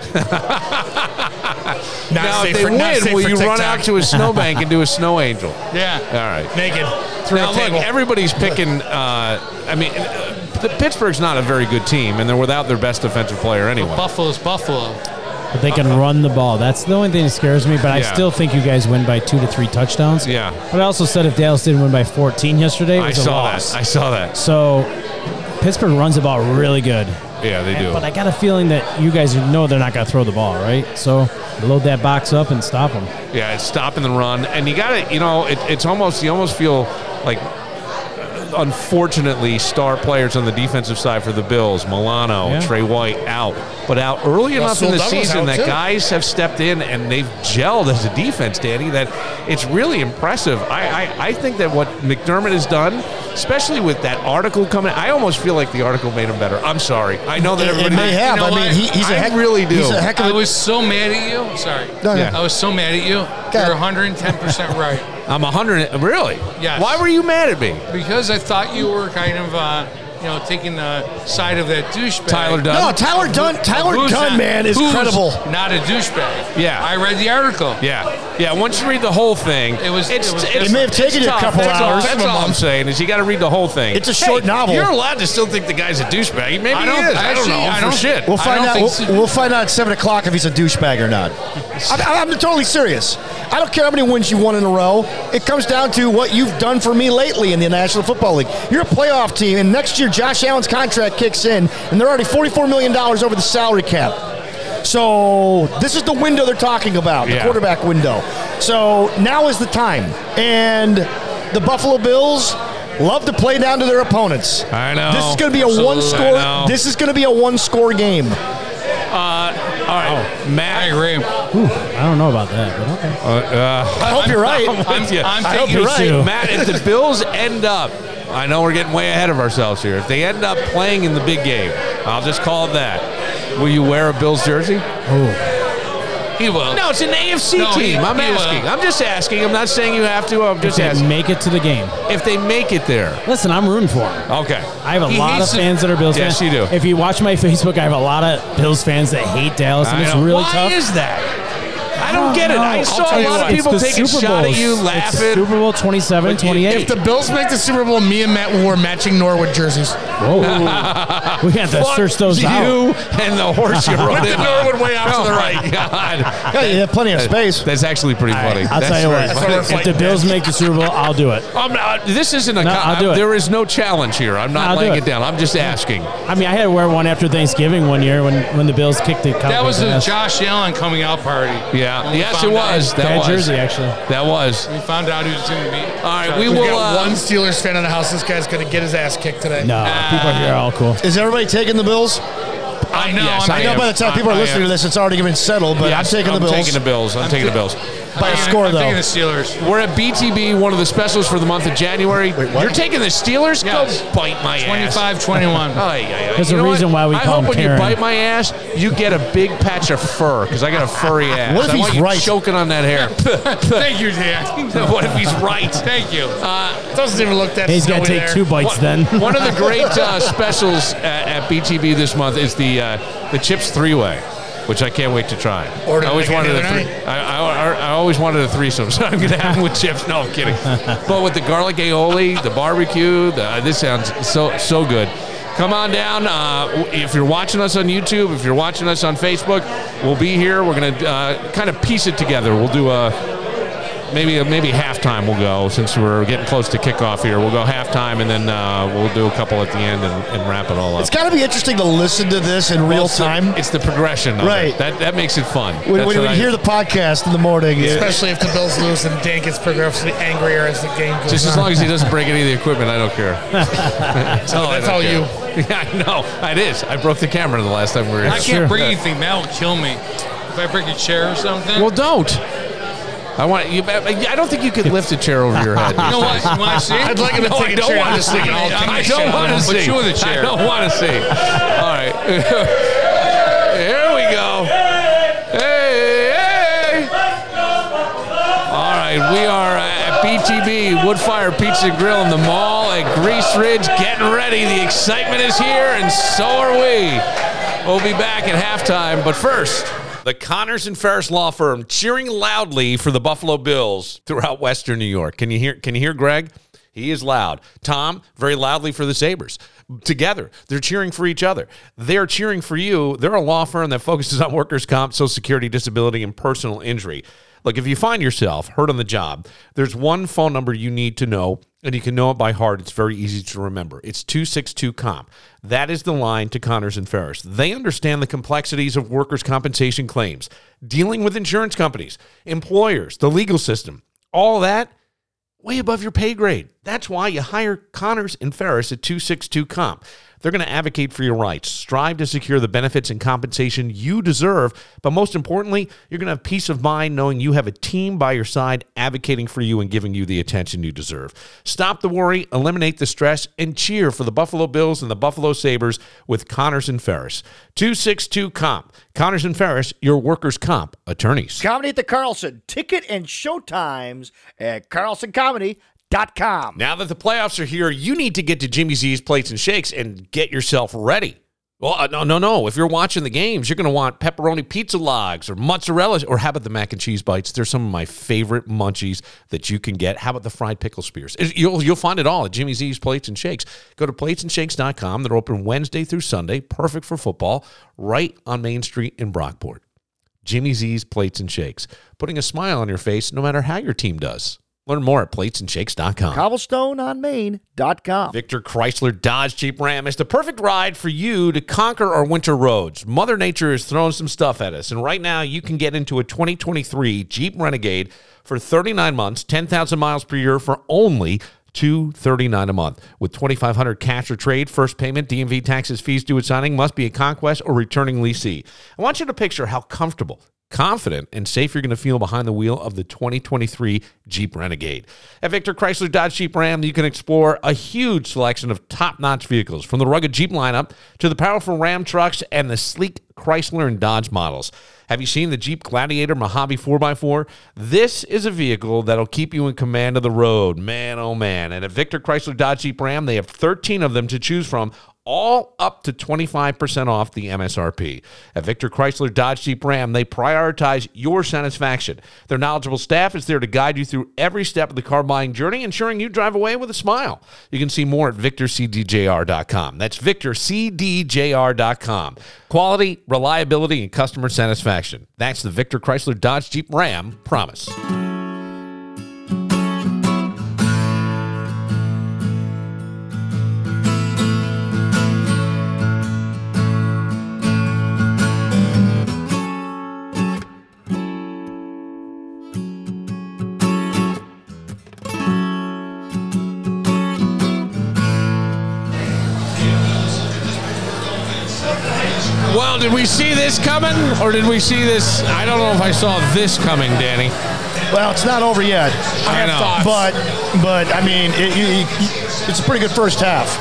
S4: Not
S2: now, if
S4: safe
S2: they
S4: for- not safe
S2: win, will
S4: for
S2: you run
S4: TikTok.
S2: out to a snowbank and do a snow angel? All
S5: Yeah.
S2: right.
S4: naked through
S2: now
S4: a
S2: look,
S4: table?
S2: everybody's picking. Uh, I mean, uh, the Pittsburgh's not a very good team, and they're without their best defensive player anyway.
S5: Buffalo's Buffalo.
S6: But they can run the ball. That's the only thing that scares me. But I
S2: Yeah.
S6: still think you guys win by two to three touchdowns.
S2: Yeah.
S6: But I also said if Dallas didn't win by 14 yesterday, it
S2: I
S6: was a
S2: saw
S6: loss.
S2: that. I saw that.
S6: so Pittsburgh runs the ball really good.
S2: Yeah, they do.
S6: But I got a feeling that you guys know they're not going to throw the ball, right? So load that box up and stop them.
S2: Yeah, it's stopping the run, and you got to, you know, it, it's almost you almost feel like, uh, unfortunately, star players on the defensive side for the Bills, Milano,
S6: Yeah.
S2: Trey White out, but out early enough in the
S4: Soldado's
S2: season
S4: out,
S2: that
S4: too.
S2: guys have stepped in and they've gelled as a defense, Danny. That it's really impressive. I I, I think that what McDermott has done, especially with that article coming, I almost feel like the article made him better. I'm sorry, I know that
S3: It- it
S2: everybody
S3: may have.
S5: You know
S3: I mean,
S5: what?
S3: he, he's a
S2: I
S3: heck.
S2: really do.
S3: He's a heck of
S5: I
S3: a.
S5: was so mad at you. Sorry.
S3: No, no.
S5: I was so mad at you. You're 110 percent right
S2: I'm 100. Really?
S5: Yes.
S2: Why were you mad at me?
S5: because I thought you were kind of, uh, you know, taking the side of that douchebag.
S2: Tyler Dunn.
S3: no, Tyler Dunn. Tyler
S5: Who's
S3: Dunn,
S5: not-
S3: man, is
S5: who's
S3: credible.
S5: Not a douchebag.
S2: Yeah.
S5: I read the article.
S2: Yeah, yeah. Once you read the whole thing,
S5: It was-
S2: It's,
S5: it was-
S2: it's-
S5: It may
S3: have
S2: it's
S3: taken you a
S2: tough.
S3: couple
S2: that's
S3: hours.
S2: All, that's all I'm saying is you got to read the whole thing.
S3: It's a short
S2: Hey,
S3: novel.
S2: You're allowed to still think the guy's a douchebag. Maybe
S5: I don't-
S2: he is. I don't
S5: actually,
S2: know.
S5: I
S2: for
S5: don't-
S2: shit.
S3: We'll
S5: I
S3: find
S5: don't
S3: out. We'll,
S5: think so.
S3: we'll find out at seven o'clock if he's a douchebag or not. I, am totally serious. I don't care how many wins you won in a row. It comes down to what you've done for me lately in the National Football League. You're a playoff team, and next year Josh Allen's contract kicks in, and they're already 44 million dollars over the salary cap. So this is the window they're talking about, the
S2: Yeah.
S3: quarterback window. So now is the time, and the Buffalo Bills love to play down to their opponents.
S2: I know.
S3: This is going to be a
S2: Absolutely.
S3: one
S2: I know.
S3: score. This is going to be a one score game.
S2: uh, all right,
S5: I
S2: Matt.
S5: agree.
S6: Ooh, I don't know about that, but okay.
S2: Uh, uh,
S3: I hope you're right.
S2: I'm with
S5: I'm-
S2: you.
S5: I'm
S2: I hope
S5: taking
S2: you're
S3: it too.
S2: right, Matt. If the Bills end up, I know we're getting way ahead of ourselves here. If they end up playing in the big game, I'll just call it that. Will you wear a Bills jersey?
S5: He will.
S2: No, it's an AFC
S5: No, he-
S2: team. I'm
S5: he will.
S2: asking. I'm just asking. I'm not saying you have to. I'm
S6: If
S2: just
S6: they
S2: asking
S6: make it to the game.
S2: if they make it there.
S6: Listen, I'm rooting for them.
S2: Okay.
S6: I have a
S5: He
S6: lot of
S5: hates the-
S6: fans that are Bills
S2: Yes,
S6: fans.
S2: you do.
S6: If you watch my Facebook, I have a lot of Bills fans that hate Dallas, and
S2: I
S6: it's
S2: know.
S6: really
S2: Why
S6: tough.
S2: is that? I I don't get it.
S6: know.
S2: I
S6: I'll
S2: saw
S6: tell
S2: a
S6: you
S2: lot of
S6: what, it's
S2: people
S6: the
S2: taking
S6: Super
S2: shot at
S6: Bowls.
S2: you,
S6: It's
S2: laughing.
S6: Super Bowl 27,
S2: But you-
S6: 28.
S4: If the Bills make the Super Bowl, me and Matt wore matching Norwood jerseys.
S6: Whoa. we got to
S2: Fuck
S6: search those
S2: you
S6: out.
S2: and the horse you rode
S4: the
S2: in
S4: Norwood
S2: on.
S4: way off to
S2: oh
S4: the
S2: my
S4: right.
S2: God.
S3: Yeah, you have plenty of space.
S2: That's actually pretty funny.
S6: I'll
S2: That's
S6: tell you
S2: very
S6: what.
S2: funny.
S6: If the Bills make the Super Bowl, I'll do it.
S2: I'm not, this isn't a.
S6: No,
S2: co-
S6: I'll do it.
S2: There is no challenge here. I'm not
S6: I'll do
S2: laying
S6: it.
S2: it down. I'm just asking.
S6: I mean, I had to wear one after Thanksgiving one year when, when the Bills kicked the Cowboys.
S5: That was a
S6: ass.
S5: Josh Allen coming out party.
S2: Yeah.
S5: When we
S2: Yes, it
S5: found out-
S2: was. That
S6: Bad
S2: was.
S6: jersey, actually.
S2: That was.
S5: we found out who's going to be. All
S2: right, we
S4: We
S2: will-
S4: got
S2: Well, uh,
S4: one Steelers fan in the house. This guy's gonna get his ass kicked today.
S6: No, people here are all cool.
S3: Is everybody taking the Bills?
S2: I know.
S5: yes, I
S3: I know by the time people are listening to this, it's already been settled, but I'm taking the Bills.
S2: I'm taking the Bills. I'm, taking the Bills.
S3: by a score,
S5: I'm
S3: though.
S5: Taking the Steelers.
S2: We're at BTB, one of the specials for the month of January.
S3: what?
S2: You're taking the Steelers?
S5: Yes.
S2: Go bite my ass.
S5: 25 21.
S2: Ay, ay, ay.
S6: There's
S2: You
S6: a
S2: know what?
S6: reason why we
S2: I
S6: call
S2: hope
S6: him
S2: when
S6: Karen.
S2: you bite my ass, you get a big patch of fur because I got a furry ass.
S3: What if
S2: I
S3: he's
S2: want you
S3: right?
S2: choking on that hair.
S5: Thank you, Dan.
S2: what if he's right?
S5: Thank you.
S4: It doesn't even look that.
S6: He's got to
S4: snowy
S6: take
S4: there.
S6: two bites
S2: One-
S6: then.
S2: one of the great uh, specials at, at BTB this month is the uh, the chips three way, which I can't wait to try.
S4: Ordered
S2: I always
S4: like any
S2: wanted a
S4: other
S2: three. I, I, I- I always wanted a threesome, so I'm gonna have them with chips. No, I'm kidding. but with the garlic aioli, the barbecue, the, uh, this sounds so so good. Come on down. Uh, w- if you're watching us on YouTube, if you're watching us on Facebook, we'll be here. We're gonna uh, kind of piece it together. We'll do a maybe maybe halftime we'll go since we're getting close to kickoff here. We'll go halftime and then uh, we'll do a couple at the end and, and wrap it all up.
S3: It's got to be interesting to listen to this in real time.
S2: It's the progression, of it.
S3: Right.
S2: That that makes it fun.
S3: When,
S2: That's
S3: when you
S2: what I-
S3: hear the podcast in the morning, it-
S4: Especially if the Bills lose and Dan gets progressively angrier as the game goes
S2: just as
S4: on.
S2: long as he doesn't break any of the equipment, I don't care. that's all, I
S4: That's
S2: don't
S4: all
S2: care.
S4: you.
S2: Yeah, I know. It is. I broke the camera the last time we were
S5: I
S2: here.
S5: can't bring anything. That will kill me. If I break a chair or something.
S2: Well, don't. I want you. I don't think you could lift a chair over your head.
S5: you know what? You want to see?
S4: I'd like him to
S2: No,
S4: take
S2: I
S4: a
S2: don't
S4: chair.
S2: want to see.
S4: I'll take
S2: I
S4: a
S2: don't
S4: chair.
S2: want to
S5: I'll
S2: see.
S5: put you in the chair.
S2: I don't want to see. All right. Here we go. Hey, hey. All right, we are at BTB Woodfire Pizza and Grill in the mall at Grease Ridge, getting ready. The excitement is here, and so are we. We'll be back at halftime, but first. The Connors and Ferris Law Firm cheering loudly for the Buffalo Bills throughout Western New York. Can you hear? Can you hear Greg? He is loud. Tom very loudly for the Sabers. Together, they're cheering for each other. They're cheering for you. They're a law firm that focuses on workers' comp, Social Security, disability, and personal injury. Look, if you find yourself hurt on the job, there's one phone number you need to know, and you can know it by heart. It's very easy to remember. It's 262 COMP. That is the line to Connors and Ferris. They understand the complexities of workers' compensation claims, dealing with insurance companies, employers, the legal system, all that way above your pay grade. That's why you hire Connors and Ferris at 262 Comp. They're going to advocate for your rights, strive to secure the benefits and compensation you deserve, but most importantly, you're going to have peace of mind knowing you have a team by your side advocating for you and giving you the attention you deserve. Stop the worry, eliminate the stress, and cheer for the Buffalo Bills and the Buffalo Sabres with Connors and Ferris. 262 Comp. Connors and Ferris, your workers' comp attorneys.
S7: Comedy at the Carlson. Ticket and showtimes at carlsoncomedy.com.
S2: Now that the playoffs are here, you need to get to Jimmy Z's Plates and Shakes and get yourself ready. Well, uh, no, no, no. If you're watching the games, you're going to want pepperoni pizza logs or mozzarella, or how about the mac and cheese bites? They're some of my favorite munchies that you can get. How about the fried pickle spears? It- You'll, you'll find it all at Jimmy Z's Plates and Shakes. Go to platesandshakes.com. They're open Wednesday through Sunday, perfect for football, right on Main Street in Brockport. Jimmy Z's Plates and Shakes, putting a smile on your face no matter how your team does. Learn more at platesandshakes.com.
S7: CobblestoneOnMain.com.
S2: Victor Chrysler Dodge Jeep Ram is the perfect ride for you to conquer our winter roads. Mother Nature is throwing some stuff at us, and right now you can get into a 2023 Jeep Renegade for 39 months, 10,000 miles per year for only 239 a month with 2500 cash or trade first payment dmv taxes fees due at signing must be a conquest or returning leasee i want you to picture how comfortable confident and safe you're going to feel behind the wheel of the 2023 Jeep Renegade. At Victor Chrysler Dodge Jeep Ram, you can explore a huge selection of top-notch vehicles from the rugged Jeep lineup to the powerful Ram trucks and the sleek Chrysler and Dodge models. Have you seen the Jeep Gladiator Mojave 4x4? This is a vehicle that'll keep you in command of the road, man oh man. And at Victor Chrysler Dodge Jeep Ram, they have 13 of them to choose from all up to 25% off the MSRP. At Victor Chrysler Dodge Jeep Ram, they prioritize your satisfaction. Their knowledgeable staff is there to guide you through every step of the car buying journey, ensuring you drive away with a smile. You can see more at victorcdjr.com. That's victorcdjr.com. Quality, reliability, and customer satisfaction. That's the Victor Chrysler Dodge Jeep Ram promise. Well, did we see this coming, or did we see this? I don't know if I saw this coming, Danny.
S3: Well, it's not over yet.
S2: I know.
S3: But, but I mean, it, you- you- it's a pretty good first half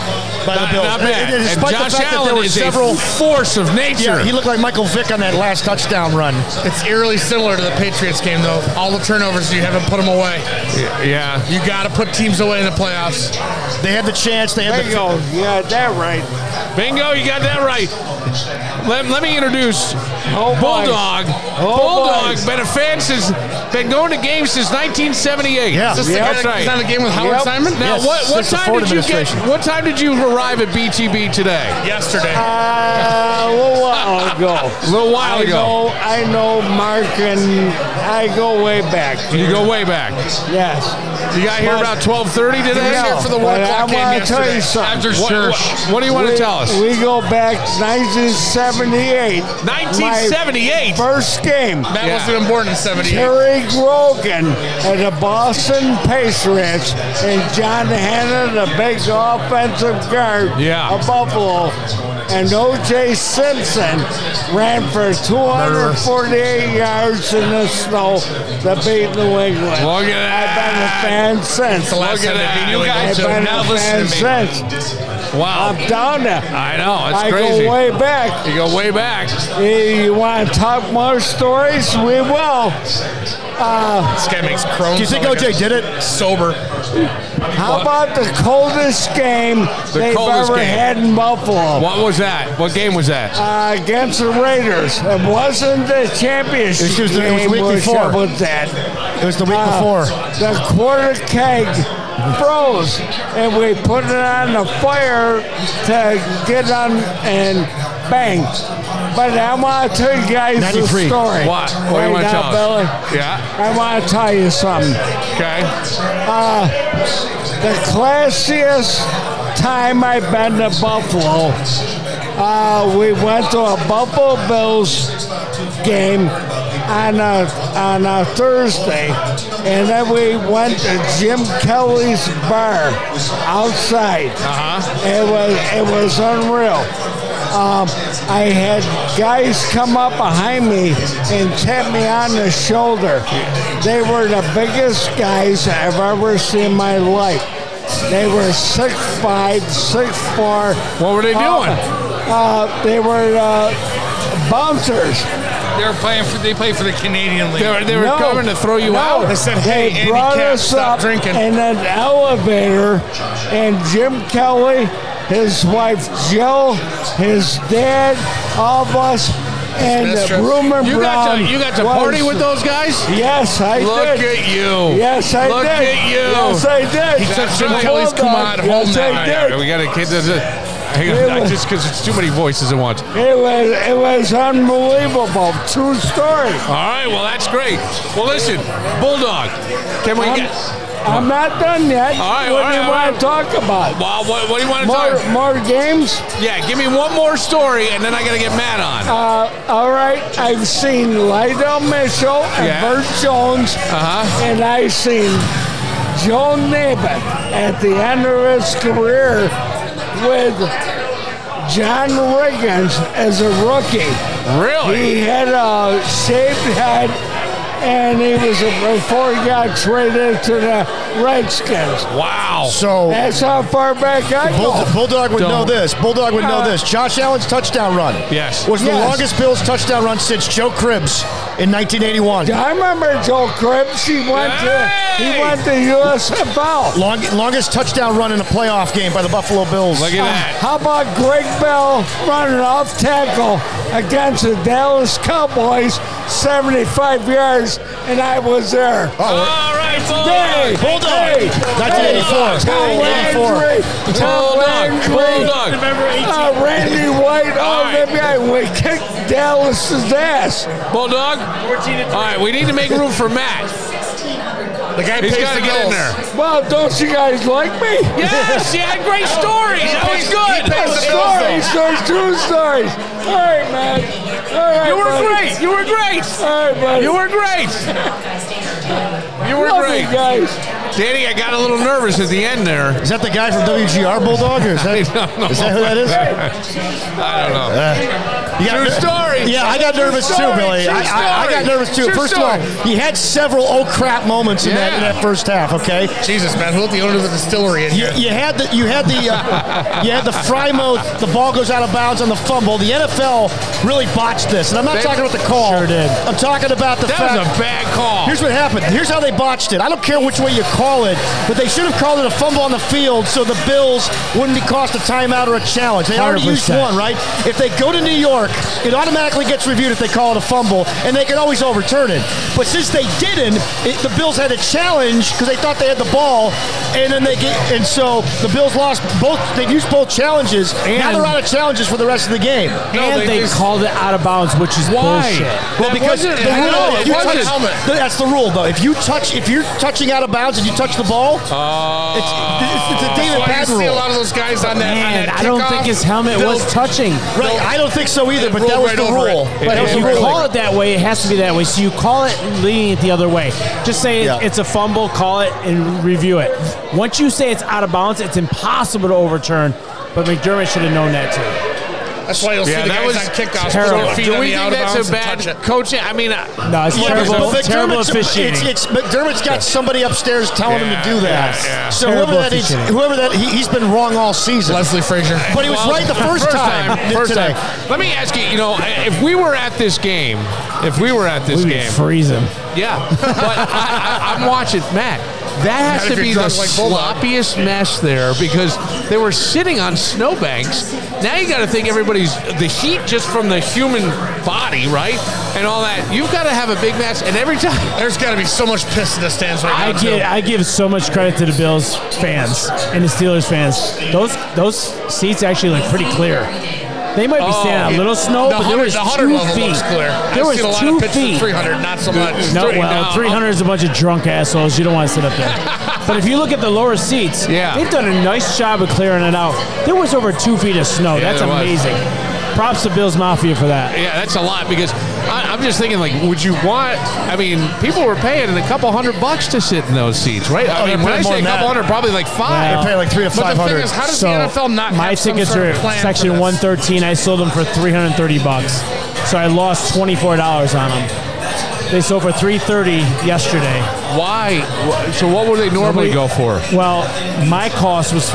S3: by the
S2: Not,
S3: Bills.
S2: not bad.
S3: And
S2: And
S3: despite the
S2: Josh
S3: fact that there
S2: Allen
S3: were
S2: is
S3: several.
S2: a force of nature.
S3: Yeah, he looked like Michael Vick on that last touchdown run.
S4: It's eerily similar to the Patriots game, though. All the turnovers, you haven't put them away.
S2: yeah.
S4: You got to put teams away in the playoffs.
S3: They had the chance. They had
S8: There
S3: the
S8: you go. Yeah, that right.
S2: Bingo, you got that right. Let, let me introduce
S8: Oh, boy.
S2: Bulldog.
S8: Oh,
S2: Bulldog
S8: boy.
S2: been a fan since been going to games since 1978.
S3: Yeah.
S4: Is this
S2: That's
S4: the guy
S2: right.
S4: that was on the game with Howard
S8: Yep.
S4: Simon?
S2: Now,
S3: Yes,
S2: what, what
S3: since the
S2: time
S3: Ford
S2: did you get?
S3: administration.
S2: What time did you arrive at BTB today?
S4: Yesterday.
S8: Uh, a little while ago.
S2: A little while
S8: I
S2: ago.
S8: know, I know Mark and I go way back.
S2: You go way back.
S8: Yes.
S2: You got here
S8: But-
S2: about 12:30 today.
S8: was here for the one
S4: But
S8: o'clock
S4: I
S8: game
S4: wanna tell
S8: yesterday.
S4: you something.
S8: After
S2: What-
S4: church.
S2: What, what do you want to
S8: we,
S2: tell us?
S8: We go back 1978.
S2: 1978?
S8: My First game.
S4: that
S2: yeah.
S4: wasn't important in 78.
S8: Terry Grogan and the Boston Patriots and John Hanna, the big offensive guard
S2: Yeah.
S8: of Buffalo, and O.J. Simpson ran for 248 yards in the snow to beat New England.
S2: Look at
S8: I've
S2: that.
S8: been a fan since.
S4: Look
S2: Look at that.
S4: You
S8: I've
S4: guys
S8: been
S4: now
S8: a
S4: listen
S8: fan
S4: to me.
S8: since.
S2: Wow.
S8: I'm down there.
S2: I know. It's
S8: I
S2: crazy.
S8: go way back.
S2: you go way back.
S8: Eh, You want to talk more stories? We will. Uh,
S4: This guy makes Crohn's.
S3: Do you think
S4: look
S3: OJ did it?
S4: sober?
S8: How about the coldest game they've
S2: coldest
S8: ever
S2: game.
S8: had in Buffalo
S2: What was that? What game was that?
S8: uh, against the Raiders? It wasn't the championship
S3: It was the- it was the
S8: game.
S3: week
S8: which
S3: before.
S8: I was at.
S3: It was the week
S8: Uh,
S3: before.
S8: The quarter keg froze, and we put it on the fire to get on and bang. But I want to tell you guys a
S3: 93.
S8: story.
S2: What? What do you
S8: right
S2: wanna
S8: now,
S2: tell us?
S8: Billy.
S2: Yeah.
S8: I want to tell you something.
S2: Okay.
S8: Uh, the classiest time I've been to Buffalo, uh, we went to a Buffalo Bills game on a, on a Thursday, and then we went to Jim Kelly's bar outside.
S2: Uh-huh.
S8: It was it was unreal. Um, I had guys come up behind me and tap me on the shoulder. They were the biggest guys I've ever seen in my life. They were six five, six four.
S2: What were they doing?
S8: Uh, they were uh, bouncers.
S5: They were playing for. They play for the Canadian League.
S2: They were, they were
S8: No.
S2: coming to throw you
S8: No.
S2: out.
S4: They said, "Hey,
S8: they
S4: Andy
S8: brought
S4: Cap,
S8: us
S4: stop
S8: up
S4: drinking."
S8: in an elevator, and Jim Kelly, his wife Jill, his dad, all of us, and
S4: That's true.
S8: Rumor
S2: You got
S8: Brown.
S2: to you got to
S8: was-
S2: party with those guys.
S8: Yes, I
S2: Look
S8: did.
S2: at you.
S8: Yes, I
S2: Look
S8: did.
S2: at you.
S8: Yes, I did.
S2: He took Jim
S8: Bulldog.
S2: Kelly's
S4: Kumad home
S8: yes,
S4: that
S8: I
S2: All right,
S8: did.
S2: we got a kid. That's it. Hang on, I- just because it's too many voices at once. All
S8: It was it was unbelievable. True story.
S2: right, well that's great. Well, listen, Bulldog, can we
S8: I'm,
S2: get?
S8: I'm not done yet.
S2: All right,
S8: what
S2: all right,
S8: do you
S2: all
S8: want
S2: right.
S8: to talk about?
S2: Well, what, what do you want to
S8: More
S2: talk?
S8: more games?
S2: Yeah, give me one more story, and then I gotta get mad on.
S8: Uh, all right, I've seen Lydell Mitchell and
S2: Yeah.
S8: Bert Jones,
S2: Uh-huh.
S8: and I've seen Joe Namath at the end of his career with John Riggins as a rookie.
S2: Really?
S8: He had a shaved head, and he was a, before he got traded to the Redskins.
S2: Wow.
S3: So
S8: That's how far back I go.
S3: Bull- Bulldog would know
S2: Don't.
S3: this. Bulldog would know
S8: Uh,
S3: this. Josh Allen's touchdown run.
S2: Yes.
S3: Was the
S8: Yes.
S3: longest Bills touchdown run since Joe Cribbs in 1981.
S8: I remember Joe Cribs. He went to he went to USFL.
S3: Long, longest touchdown run in a playoff game by the Buffalo Bills.
S2: Look at that.
S8: How about Greg Bell running off tackle against the Dallas Cowboys, 75 yards, and I was there.
S2: All right,
S8: Hey,
S2: Bulldog.
S3: Bulldog.
S8: hey,
S3: 1984.
S8: Tom Landry. Tom
S2: Bulldog.
S8: Landry.
S2: Bulldog.
S8: Uh, Randy White.
S2: All
S8: Oh,
S2: right.
S8: them guys. We kicked Dallas's ass.
S2: Bulldog. All right, we need to make room for Matt.
S4: The guy
S2: He's
S4: pays
S2: got
S4: the
S2: to get in
S4: bills.
S2: there.
S8: Well, don't you guys like me?
S2: Yes, you had great stories. That was good.
S8: Hey, stories, stories, true stories. All right, man. All right,
S2: You were
S8: buddy.
S2: great. You were great.
S8: All right, buddy.
S2: You were great. You were
S8: Love
S2: great.
S8: you guys.
S2: Danny, I got a little nervous at the end there.
S3: Is that the guy from WGR Bulldog? Or is, that,
S2: I don't know.
S3: is that who that is? Uh,
S2: I don't know.
S3: You got
S2: True
S3: ner-
S2: story.
S3: Yeah, I got
S2: True
S3: nervous
S2: story.
S3: too, Billy.
S2: True
S3: I, I, I
S2: story.
S3: got nervous too.
S2: True
S3: first of
S2: story.
S3: all, you had several oh crap moments in, that, in
S2: Yeah.
S3: that first half. Okay,
S4: Jesus, man, who let the owner of the distillery in
S3: you,
S4: here?
S3: you had the you had the uh, you had the Frymouth. The ball goes out of bounds on the fumble. The NFL really botched this, and I'm not
S2: They
S3: talking about the call.
S6: sure did.
S3: I'm talking about the
S2: That
S3: fact.
S2: was a bad call.
S3: Here's what happened. Here's how they botched it. I don't care which way you call it, but they should have called it a fumble on the field so the Bills wouldn't be cost a timeout or a challenge. They already used
S6: 100%.
S3: one, right? If they go to New York, it automatically gets reviewed if they call it a fumble, and they can always overturn it. But since they didn't, it, the Bills had a challenge because they thought they had the ball, and then they get and so the Bills lost both. They've used both challenges. now
S6: And-
S3: they're out of challenges for the rest of the game.
S6: and
S2: they
S6: they,
S2: just-
S6: called it out of bounds, which is
S2: Why?
S6: bullshit.
S3: Well, because the
S2: wasn't-
S3: rule,
S2: I know,
S3: if
S2: it
S3: you
S2: wasn't.
S3: touch-
S2: Helmet.
S3: that's the rule, though. If you touch, if you're touching out of bounds and you touch the ball, it's, it's, it's a David
S4: Why do you
S3: Bad
S4: see a lot
S3: rule.
S4: of those guys on that. on
S6: Man,
S4: that
S6: I don't
S4: kickoff?
S6: think his helmet
S4: They'll-
S6: was touching.
S3: Right, I don't think so either, but
S4: rolled
S3: that was
S4: right
S3: the
S4: over it.
S3: rule.
S4: It
S3: But that was the
S6: If you
S3: rule.
S6: call it that way, it has to be that way. So you call it leading it the other way. Just say it-
S3: Yeah.
S6: it's a fumble, call it, and review it. Once you say it's out of bounds, it's impossible to overturn. But McDermott should have known that too.
S4: That's why you'll see
S2: Yeah,
S4: the
S2: that
S4: guys
S2: was
S4: on kickoffs.
S6: terrible.
S4: put their feet
S2: Do
S4: on
S2: we
S4: the
S2: think
S4: out of
S2: that's a
S4: bounds and touch
S2: bad
S4: it.
S2: coaching? I mean, uh,
S6: No, it's
S3: Yeah, but-
S6: terrible,
S3: but
S6: terrible
S3: McDermott's-
S6: officiating.
S3: It's, it's, McDermott's got somebody upstairs telling him to do that.
S2: yeah, yeah.
S3: So
S6: Terrible
S3: whoever that is,
S6: officiating.
S3: whoever that he, he's been wrong all season.
S4: Leslie Frazier.
S3: But he was
S2: well,
S3: right the first, time,
S2: First
S3: today.
S2: time. Let me ask you. You know, if we were at this game, if we were at this
S6: We would
S2: game,
S6: freeze him.
S2: Yeah, but I, I, I'm watching Matt. That
S4: Not
S2: has
S4: if
S2: to
S4: you're
S2: be the
S4: drunk like Bulldog.
S2: sloppiest mess there because they were sitting on snowbanks. Now you got to think everybody's the heat just from the human body, right, and all that. You've got to have a big match, and every time
S4: There's got to be so much piss in the stands right
S6: I
S4: now. too.
S6: give, I give so much credit to the Bills fans and the Steelers fans. Those those seats actually look pretty clear. They might be standing out a little snow,
S4: Oh. the
S6: but there
S4: 100,
S6: was
S4: the 100
S6: two
S4: level
S6: feet.
S4: looks clear.
S6: There
S4: I've
S6: was
S4: seen a lot
S6: two
S4: of pitches
S6: feet.
S4: Of 300, not so much.
S6: No,
S2: Straight
S6: well,
S2: down.
S6: 300 is a bunch of drunk assholes. You don't want to sit up there. but if you look at the lower seats,
S2: Yeah.
S6: they've done a nice job of clearing it out. There was over two feet of snow.
S2: Yeah,
S6: That's
S2: there was.
S6: amazing. Props to Bills Mafia for that.
S2: yeah, that's a lot because I, I'm just thinking like, would you want? I mean, people were paying a couple hundred bucks to sit in those seats, right?
S3: Oh,
S2: I
S3: they
S2: mean, when
S3: paid
S2: I
S3: more
S2: say a
S3: than
S2: couple
S3: that.
S2: hundred, probably like five.
S3: They pay like three to
S4: But
S3: five
S4: the thing
S3: hundred.
S4: is, how does the NFL not
S6: my
S4: have some
S6: tickets
S4: sort
S6: are
S4: of plan
S6: section
S4: for this?
S6: 113. I sold them for 330 bucks, so I lost 24 dollars on them. They sold for 330 yesterday.
S2: Why? Wh- So what would they normally
S6: Nobody-
S2: go for?
S6: Well, my cost was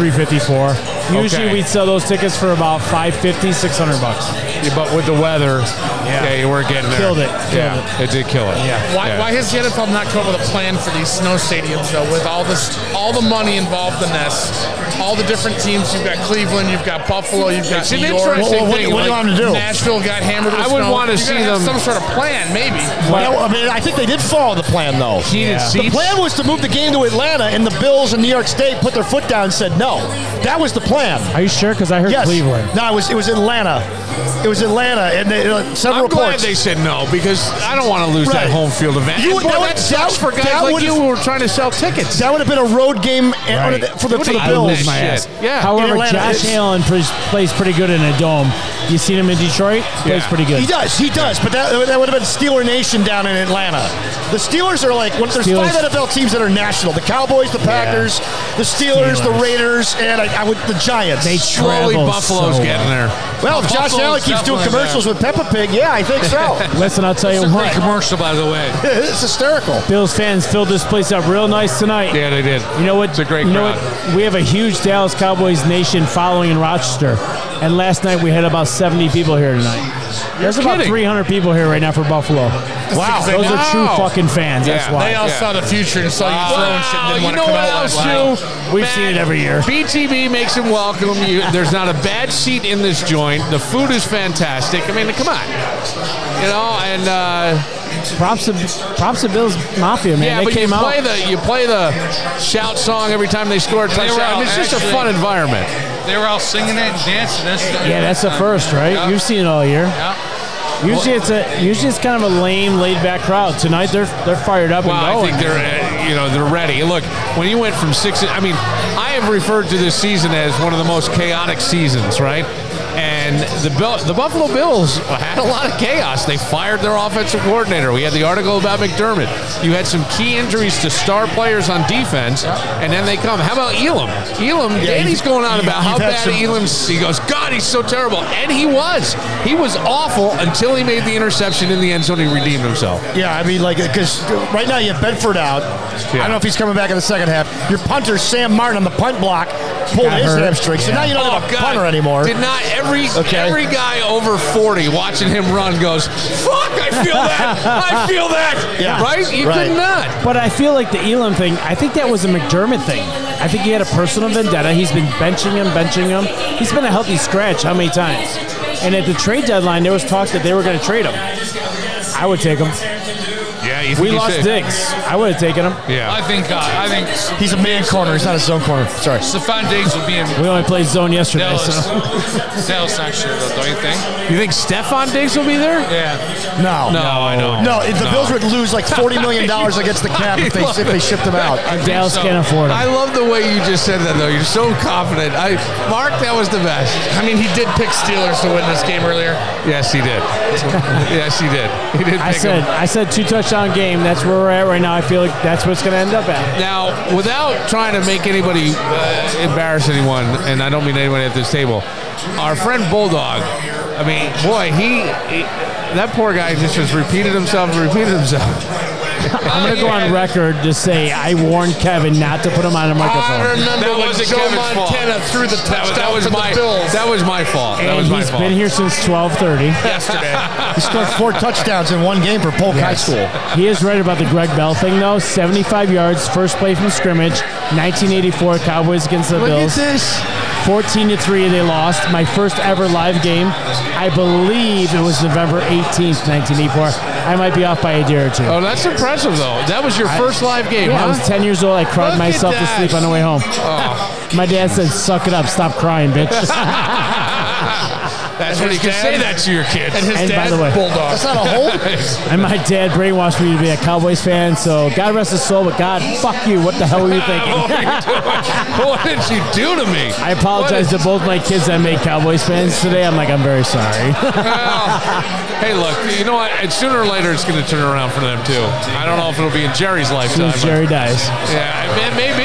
S6: 354. Usually
S2: Okay.
S6: we'd sell those tickets for about 550, 600 bucks.
S2: But with the weather, yeah, you weren't getting there.
S6: Killed it,
S2: yeah,
S6: killed
S2: it. did kill it. Yeah.
S4: Why, why has the NFL not come up with a plan for these snow stadiums though? With all this, all the money involved in this, all the different teams. You've got Cleveland, you've got Buffalo, you've got
S2: It's
S4: New
S2: an
S4: York.
S2: interesting
S3: Well, what-
S2: thing.
S3: what do you
S2: like-
S3: want them to do?
S4: Nashville got hammered. With
S2: I would
S4: snow.
S2: wanna
S4: You're
S2: see
S4: gonna have
S2: them-
S4: some sort of plan, maybe.
S3: Yeah, well, I mean, I think they did follow the plan though.
S2: Heated
S3: The
S2: seats.
S3: plan was to move the game to Atlanta, and the Bills and New York State put their foot down and said no. That was the plan.
S6: Are you sure? Because I heard
S3: Yes.
S6: Cleveland.
S3: No, it was it was Atlanta. It was Atlanta, and they, uh, several
S2: I'm glad
S3: reports.
S2: they said no because I don't want to lose that
S3: Right.
S2: home field event.
S3: You
S2: And
S3: would-
S2: boy,
S3: that would-
S2: that sucks
S3: that-
S2: for guys
S3: that
S2: like
S3: would-
S2: you who were trying to sell tickets.
S3: that would have been a road game and-
S6: Right.
S3: for the for the
S2: I
S3: Bills.
S2: lose my ass. Yeah.
S6: However,
S3: In Atlanta,
S6: Josh
S3: it's-
S6: Allen pre- plays pretty good in a dome. You seen him in Detroit? Plays
S2: Yeah.
S6: pretty good.
S3: He does, he does, but that, that would have been Steeler Nation down in Atlanta. The Steelers are like when there's
S6: Steelers.
S3: five NFL teams that are national: the Cowboys, the Packers, the Steelers, the
S6: Steelers.
S3: Raiders, and I, I would the Giants.
S6: They
S2: Slowly,
S6: travel
S2: Buffalo's
S6: so
S2: getting
S6: well.
S2: there.
S3: well, if Josh
S5: Buffalo's
S3: Allen keeps doing
S5: definitely
S3: commercials with Peppa Pig, yeah, I think so.
S6: Listen, I'll tell you what.
S5: commercial, by the way.
S3: it's hysterical.
S6: Bills fans filled this place up real nice tonight.
S2: Yeah, they did.
S6: You know what?
S2: It's a great
S6: you know
S2: crowd.
S6: what? We have a huge Dallas Cowboys nation following in Rochester, and last night we had about 70 people here tonight. There's about
S2: kidding.
S6: 300 people here right now for Buffalo.
S4: Wow.
S6: Those are true
S2: Wow.
S6: fucking fans. That's
S2: Yeah.
S6: why.
S4: They all
S2: Yeah.
S4: saw the future and saw Oh, you throwing shit and didn't
S2: you
S4: want to
S2: know
S4: come
S2: what
S4: out
S2: else
S4: like-
S2: too?
S6: We've seen it every year.
S2: BTB makes him welcome. You, there's not a bad seat in this joint. The food is fantastic. I mean, come on, you know. And uh,
S6: Props to props to Bills Mafia, man.
S2: yeah,
S6: they
S2: but you
S6: came out.
S2: play the you play the shout song every time they score a
S5: they were
S2: touchdown. I mean, it's just a
S5: actually-
S2: fun environment.
S5: They were all singing it and dancing. That's
S6: yeah, that's the first, right?
S5: Yeah.
S6: You've seen it all year.
S5: Yeah.
S6: Usually it's a usually it's kind of a lame, laid back crowd. Tonight they're they're fired up
S2: Well, I
S6: and
S2: think
S6: going.
S2: they're uh, you know they're ready. Look, when you went from six, I mean, I have referred to this season as one of the most chaotic seasons, right? And the Bill, the Buffalo Bills had a lot of chaos. They fired their offensive coordinator. We had the article about McDermott. You had some key injuries to star players on defense, and then they come. How about Elam? Elam, Danny's going on about how
S3: you've had
S2: bad
S3: some-
S2: Elam's. He goes, God, he's so terrible, and he was. He was awful until he made the interception in the end zone. He redeemed himself.
S3: Yeah, I mean, like, because right now you have Bedford out. I don't know if he's coming back in the second half. Your punter, Sam Martin, on the punt block, pulled
S6: Got
S3: his
S6: hurt.
S3: hamstring. So now you don't
S2: Oh,
S3: have a
S2: God.
S3: punter anymore.
S2: Did not every
S3: Okay.
S2: every guy over forty watching him run goes, "Fuck, I feel that, I feel that."
S3: Yeah.
S2: Right? You
S3: Right.
S2: could not.
S6: But I feel like the Elam thing, I think that was a McDermott thing. I think he had a personal vendetta. He's been benching him, benching him. He's been a healthy scratch how many times? And at the trade deadline, there was talk that they were going to trade him. I would take him.
S2: Yeah,
S6: We lost Diggs. I would have taken him.
S5: I
S2: Yeah.
S5: think uh, I think
S3: He's a man corner. He's not a zone corner. Sorry.
S5: Stephon Diggs would be in
S6: We only played zone yesterday.
S5: Dallas.
S6: So.
S5: Dallas next year, though, don't you think?
S2: You think Stefan Diggs will be there?
S5: Yeah.
S3: No.
S2: No, I don't.
S3: No, if the Bills would lose like $40 million against the cap if they,
S2: I love
S3: if they
S2: it.
S3: shipped him out.
S6: Dallas can't afford him.
S2: I love the way you just said that, though. You're so confident. I, Mark, that was the best.
S4: I mean, he did pick Steelers to win this game earlier.
S2: Yes, he did. yes, he did. He did.
S6: I
S2: pick
S6: said,
S2: him.
S6: I said two touchdown game. That's where we're at right now. I feel like that's what's going to end up at.
S2: Now, without trying to make anybody uh, embarrass anyone, and I don't mean anybody at this table, our friend Bulldog, I mean, boy, he, he that poor guy just has repeated himself and repeated himself.
S6: I'm going to go on record to say I warned Kevin not to put him on a
S4: I
S6: microphone.
S4: remember
S2: That
S4: when
S2: wasn't
S4: Joe
S2: Kevin's fault.
S4: Montana threw
S2: That
S4: the
S2: was,
S4: touchdown
S2: that was
S4: to
S2: my
S4: the Bills.
S2: that was my fault. That
S6: And
S2: was my
S6: he's
S2: fault.
S6: been here since 12:30.
S2: yesterday.
S3: He scored four touchdowns in one game for Polk High School.
S6: He is right about the Greg Bell thing, though. 75 yards, first play from scrimmage, 1984 Cowboys against the
S2: Look at
S6: Bills.
S2: this.
S6: 14 to 3, they lost. My first ever live game. I believe it was November 18th, 1984. I might be off by a day or two.
S2: Oh, that's impressive though. That was your first live game,
S6: Yeah, I
S2: huh?
S6: was 10 years old. I cried
S2: Look at
S6: myself to
S2: that.
S6: sleep on the way home.
S2: Oh.
S6: My dad said, "Suck it up, stop crying, bitch."
S2: that's when you can say that to your kids.
S4: and his
S6: And by
S4: dad,
S6: the way-
S4: Bulldog.
S3: That's not a hold.
S6: and my dad brainwashed me to be a Cowboys fan. So God rest his soul, but God, fuck you. What the hell were you
S2: what,
S6: thinking?
S2: are you doing? what did you do to me?
S6: I apologize to both my kids that made Cowboys fans today. I'm like, I'm very sorry.
S2: Well, hey, look, you know what? And sooner or later, it's going to turn around for them too. I don't know if it'll be in Jerry's lifetime.
S6: Since Jerry dies,
S2: but- yeah, it may- maybe.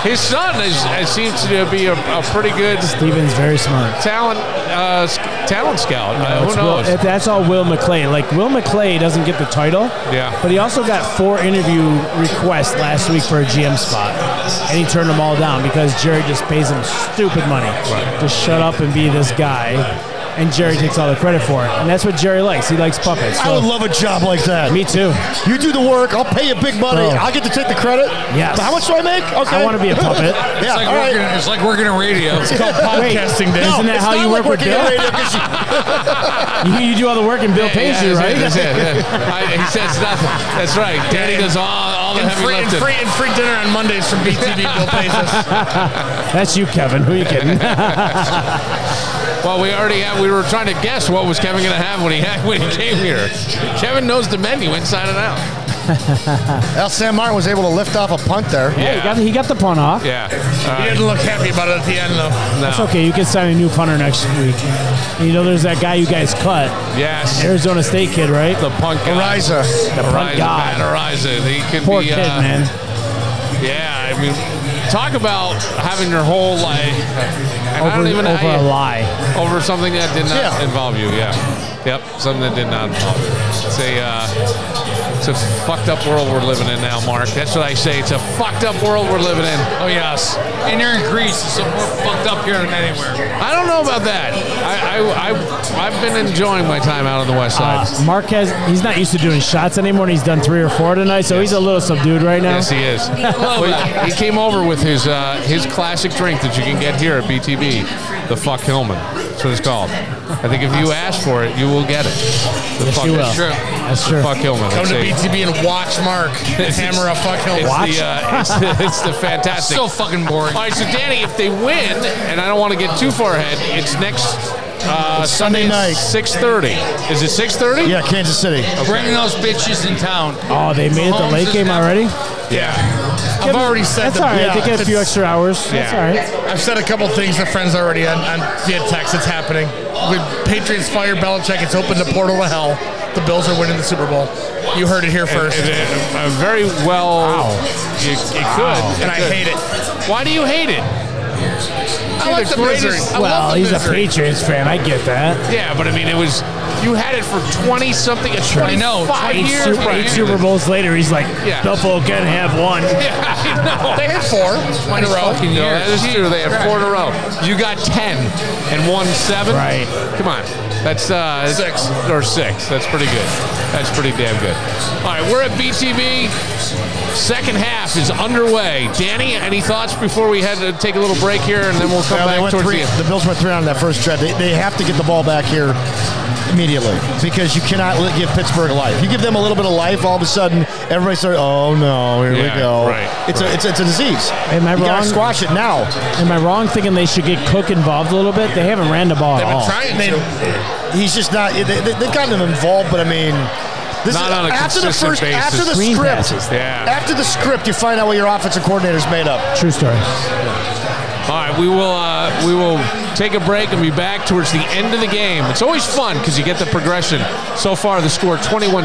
S2: His son is, uh, seems to be a, a pretty good
S6: Steven's very smart.
S2: talent uh, sc- talent scout. Uh,
S6: It's
S2: who
S6: Will-
S2: knows?
S6: it- that's all Will McClay. Like Will McClay doesn't get the title,
S2: Yeah.
S6: But he also got four interview requests last week for a GM spot, and he turned them all down because Jerry just pays him stupid money to shut up and be this guy, and Jerry takes all the credit for it. And that's what Jerry likes. He likes puppets.
S3: I
S6: So-
S3: would love a job like that.
S6: me too.
S3: You do the work. I'll pay you big money.
S6: Bro.
S3: I'll get to take the credit.
S6: Yes.
S3: But how much do I make? Okay.
S6: wanna be a puppet.
S3: yeah.
S5: It's like,
S3: all
S5: working,
S3: right.
S5: it's like working a radio.
S6: Wait,
S4: Podcasting day.
S6: Isn't that
S3: it's
S6: how
S3: not
S6: you
S3: like
S6: work with
S3: working at
S6: Bill?
S3: radio 'cause you-
S6: You, you do all the work and Bill pays you,
S2: that's
S6: right?
S2: it, that's it, yeah. I- he says nothing. That's right. Danny does all, all the
S4: And
S2: heavy
S4: free, and,
S2: lifting.
S4: free, and free dinner on Mondays from BTV Bill Pazis.
S6: That's you, Kevin. Who are you kidding?
S2: Well, we already had, we were trying to guess what was Kevin going to have when he had, when he came here. Kevin knows the menu inside and out.
S3: Al Sam Martin was able to lift off a punt there.
S6: Hey, he, got, he got the punt off.
S2: Yeah.
S4: He didn't look happy about it at the end, though.
S2: Uh, No.
S6: It's okay. You can sign a new punter next week. You know, there's that guy you guys cut,
S2: Yes.
S6: Arizona State kid, right?
S2: the punk guy.
S3: Ariza.
S6: The punt
S2: Ariza, Matt
S6: god.
S2: Ariza. He could
S6: Poor
S2: be,
S6: kid,
S2: uh,
S6: man.
S2: Yeah, I mean, talk about having your whole life. and I
S6: Over,
S2: don't even know
S6: over
S2: how
S6: a
S2: you-
S6: lie.
S2: over something that did not
S3: Yeah.
S2: involve you. Yeah. Yep. Something that did not involve you. It's a. Uh, It's a fucked up world we're living in now, Mark. That's what I say. It's a fucked up world we're living in.
S5: Oh yes, and you're in Greece, so more fucked up here than anywhere.
S2: I don't know about that. I, I, I, I've been enjoying my time out on the west side.
S6: Uh, Marquez, he's not used to doing shots anymore, and he's done three or four tonight, so he's a little subdued right now.
S2: Yes, he is. Well, he came over with his uh, his classic drink that you can get here at BTB, the Fuck Hillman. That's what it's called. I think if you ask for it, you will get it. The
S6: Yes,
S2: fuck
S6: you will.
S2: That's
S5: true.
S6: That's true.
S2: Fuck Hillman.
S4: Come
S2: It's
S4: to
S2: a-
S4: BTB and watch Mark hammer a fuck
S2: It's
S4: hill.
S2: the, uh, it's, the, it's the fantastic.
S5: So fucking boring.
S2: All right, so Danny, if they win, and I don't want to get too far ahead, it's next uh, Sunday,
S3: Sunday night.
S2: six thirty. Is it six thirty?
S3: Yeah, Kansas City.
S5: Bringing those bitches in town.
S6: Oh, they made it the
S5: Mahomes
S6: late
S5: is
S6: game
S5: now-
S6: already?
S2: uh,
S4: I've already said
S6: That's
S4: the-
S6: all right.
S4: yeah,
S6: they get a few
S4: it's-
S6: extra hours. That's
S2: Yeah.
S6: all right.
S4: I've said a couple things to friends already on, on via text. It's happening. With Patriots fire Belichick, it's open the portal to hell. The Bills are winning the Super Bowl. You heard it here first.
S2: It-
S4: And,
S2: it- uh, very well. It, it could. it
S4: I
S2: could.
S4: hate it.
S2: Why do you hate it?
S4: I like the misery. I love
S6: Well,
S4: the
S6: he's a
S4: misery.
S6: Patriots fan. I get that.
S2: Yeah, but I mean, it was you had it for twenty something, twenty
S5: know,
S2: five
S5: eight
S6: Eight,
S2: years.
S6: Super, eight Super Bowls later, he's like,
S2: Yeah.
S6: Buffalo can have one.
S2: Yeah, I know.
S4: They had four in a row.
S2: No, that is true. They had four in a row. You got ten and won seven.
S6: Right.
S2: Come on. That's uh,
S4: Six.
S2: or six. That's pretty good. That's pretty damn good. All right, we're at BTB. Second half is underway. Danny, any thoughts before we head to take a little break here, and then we'll come
S3: Well, they
S2: back
S3: went
S2: towards the
S3: three,
S2: end.
S3: the Bills went three on that first drive. They, they have to get the ball back here immediately because you cannot li- give Pittsburgh life. You give them a little bit of life, all of a sudden everybody starts. Oh no, here
S2: Yeah,
S3: we go.
S2: right,
S3: It's a it's, it's a disease.
S6: Am I
S3: you
S6: wrong?
S3: gotta squash it now.
S6: Am I wrong thinking they should get Cook involved a little bit? They haven't ran the ball at all.
S4: Trying to.
S3: He's just not. They, they, they've gotten him involved, but I mean. This
S2: Not
S3: is,
S2: on a
S3: after the
S2: consistent
S3: first,
S2: basis.
S3: after the
S6: Screen
S3: script,
S6: passes,
S2: yeah.
S3: after the script, you find out what your offensive coordinator's made up.
S6: True story.
S2: All right, we will uh, we will take a break and be back towards the end of the game. It's always fun because you get the progression. So far, the score 21-7.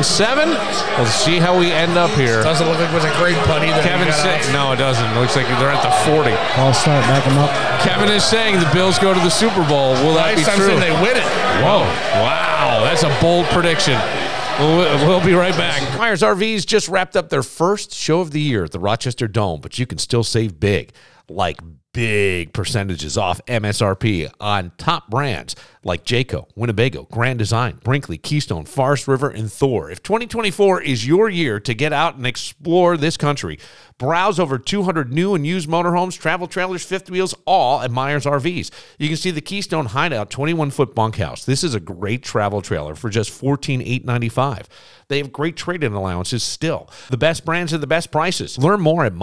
S2: We'll see how we end up here.
S4: Doesn't look like it was a great buddy. That he
S2: Kevin
S4: got
S2: say,
S4: out.
S2: no, it doesn't. It looks like they're at the 40.
S6: Ball start, back him up.
S2: Kevin is saying the Bills go to the Super Bowl. Will that be
S4: Lifetime
S2: true?
S4: saying they win it.
S2: Whoa. Wow. That's a bold prediction. We'll, we'll be right back. Myers RVs just wrapped up their first show of the year at the Rochester Dome, but you can still save big, like big percentages off MSRP on top brands like Jayco, Winnebago, Grand Design, Brinkley, Keystone, Forest River, and Thor. If 2024 is your year to get out and explore this country, browse over 200 new and used motorhomes, travel trailers, fifth wheels, all at Myers RVs. You can see the Keystone Hideout 21 foot bunkhouse. This is a great travel trailer for just $14,895. They have great trade in allowances still. The best brands at the best prices. Learn more at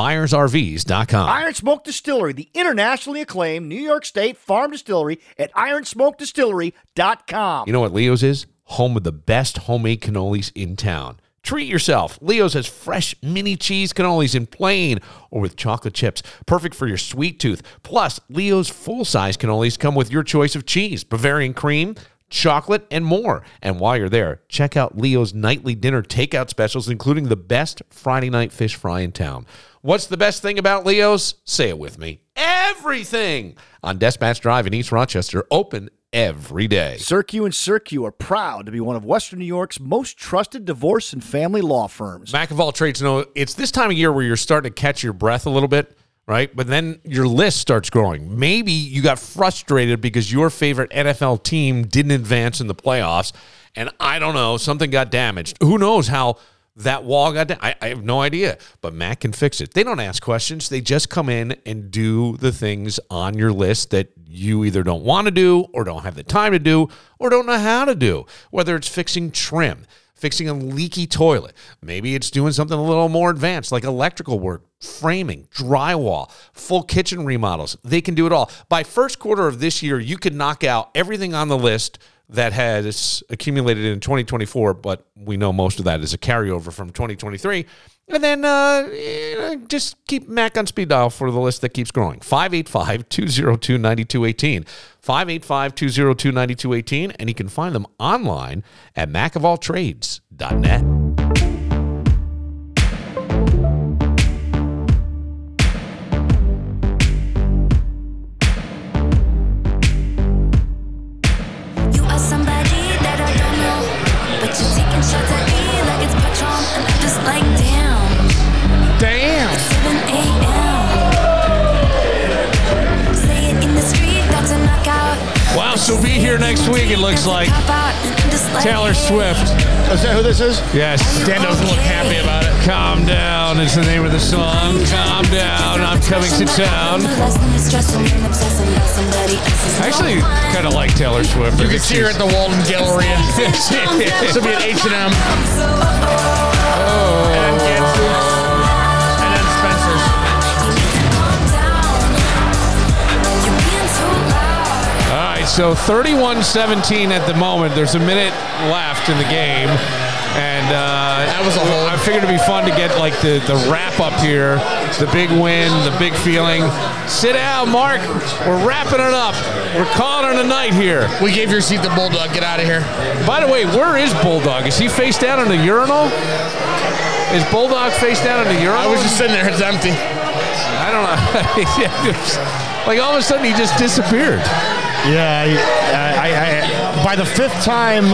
S2: MyersRVs.com.
S7: Iron Smoke Distillery, the internationally acclaimed New York State farm distillery at ironsmokedistillery.com.
S2: You know what Leo's is? Home of the best homemade cannolis in town. Treat yourself. Leo's has fresh mini cheese cannolis in plain or with chocolate chips, perfect for your sweet tooth. Plus, Leo's full size cannolis come with your choice of cheese, Bavarian cream, chocolate, and more. And while you're there, check out Leo's nightly dinner takeout specials, including the best Friday night fish fry in town. What's the best thing about Leo's? Say it with me. Everything! On Dispatch Drive in East Rochester, open every day.
S7: Circu and Circu are proud to be one of Western New York's most trusted divorce and family law firms.
S2: Mac of all trades know it's this time of year where you're starting to catch your breath a little bit, right? But then your list starts growing. Maybe you got frustrated because your favorite NFL team didn't advance in the playoffs, and I don't know, something got damaged. Who knows how that wall got down? I, I have no idea, but Mac can fix it. They don't ask questions, they just come in and do the things on your list that you either don't want to do, or don't have the time to do, or don't know how to do, whether it's fixing trim fixing a leaky toilet. Maybe it's doing something a little more advanced like electrical work, framing, drywall, full kitchen remodels. They can do it all. By first quarter of this year, you could knock out everything on the list that has accumulated in 2024, but we know most of that is a carryover from 2023. And then uh, you know, just keep Mac on speed dial for the list that keeps growing. 585 202 9218. 585 202 9218. And you can find them online at macofalltrades.net.
S9: You are somebody that I don't know, but you're taking shots at me like it's Patron, and I'm just
S2: later next week, it looks like. Taylor Swift.
S3: Is that who this is?
S2: Yes.
S4: Dan doesn't look happy about it.
S2: Calm down is the name of the song. Calm down. I'm coming to town. I actually kind of like Taylor Swift.
S4: You can see her at the Walden Gallery. She'll be at H and M. And Gatsby's. And then Spencer's.
S2: All right, so 31-17 at the moment. There's a minute left in the game, and uh,
S4: That was a hold.
S2: I figured it'd be fun to get like the, the wrap up here, the big win, the big feeling. Sit down, Mark. We're wrapping it up. We're calling it a night here.
S4: We gave your seat the bulldog. Get out of here.
S2: By the way, where is Bulldog? Is he face down in the urinal? Is Bulldog face down in the urinal?
S4: I was just sitting there. It's empty.
S2: I don't know. Yeah, it's- like all of a sudden he just disappeared.
S3: Yeah, I, I, I, by the fifth time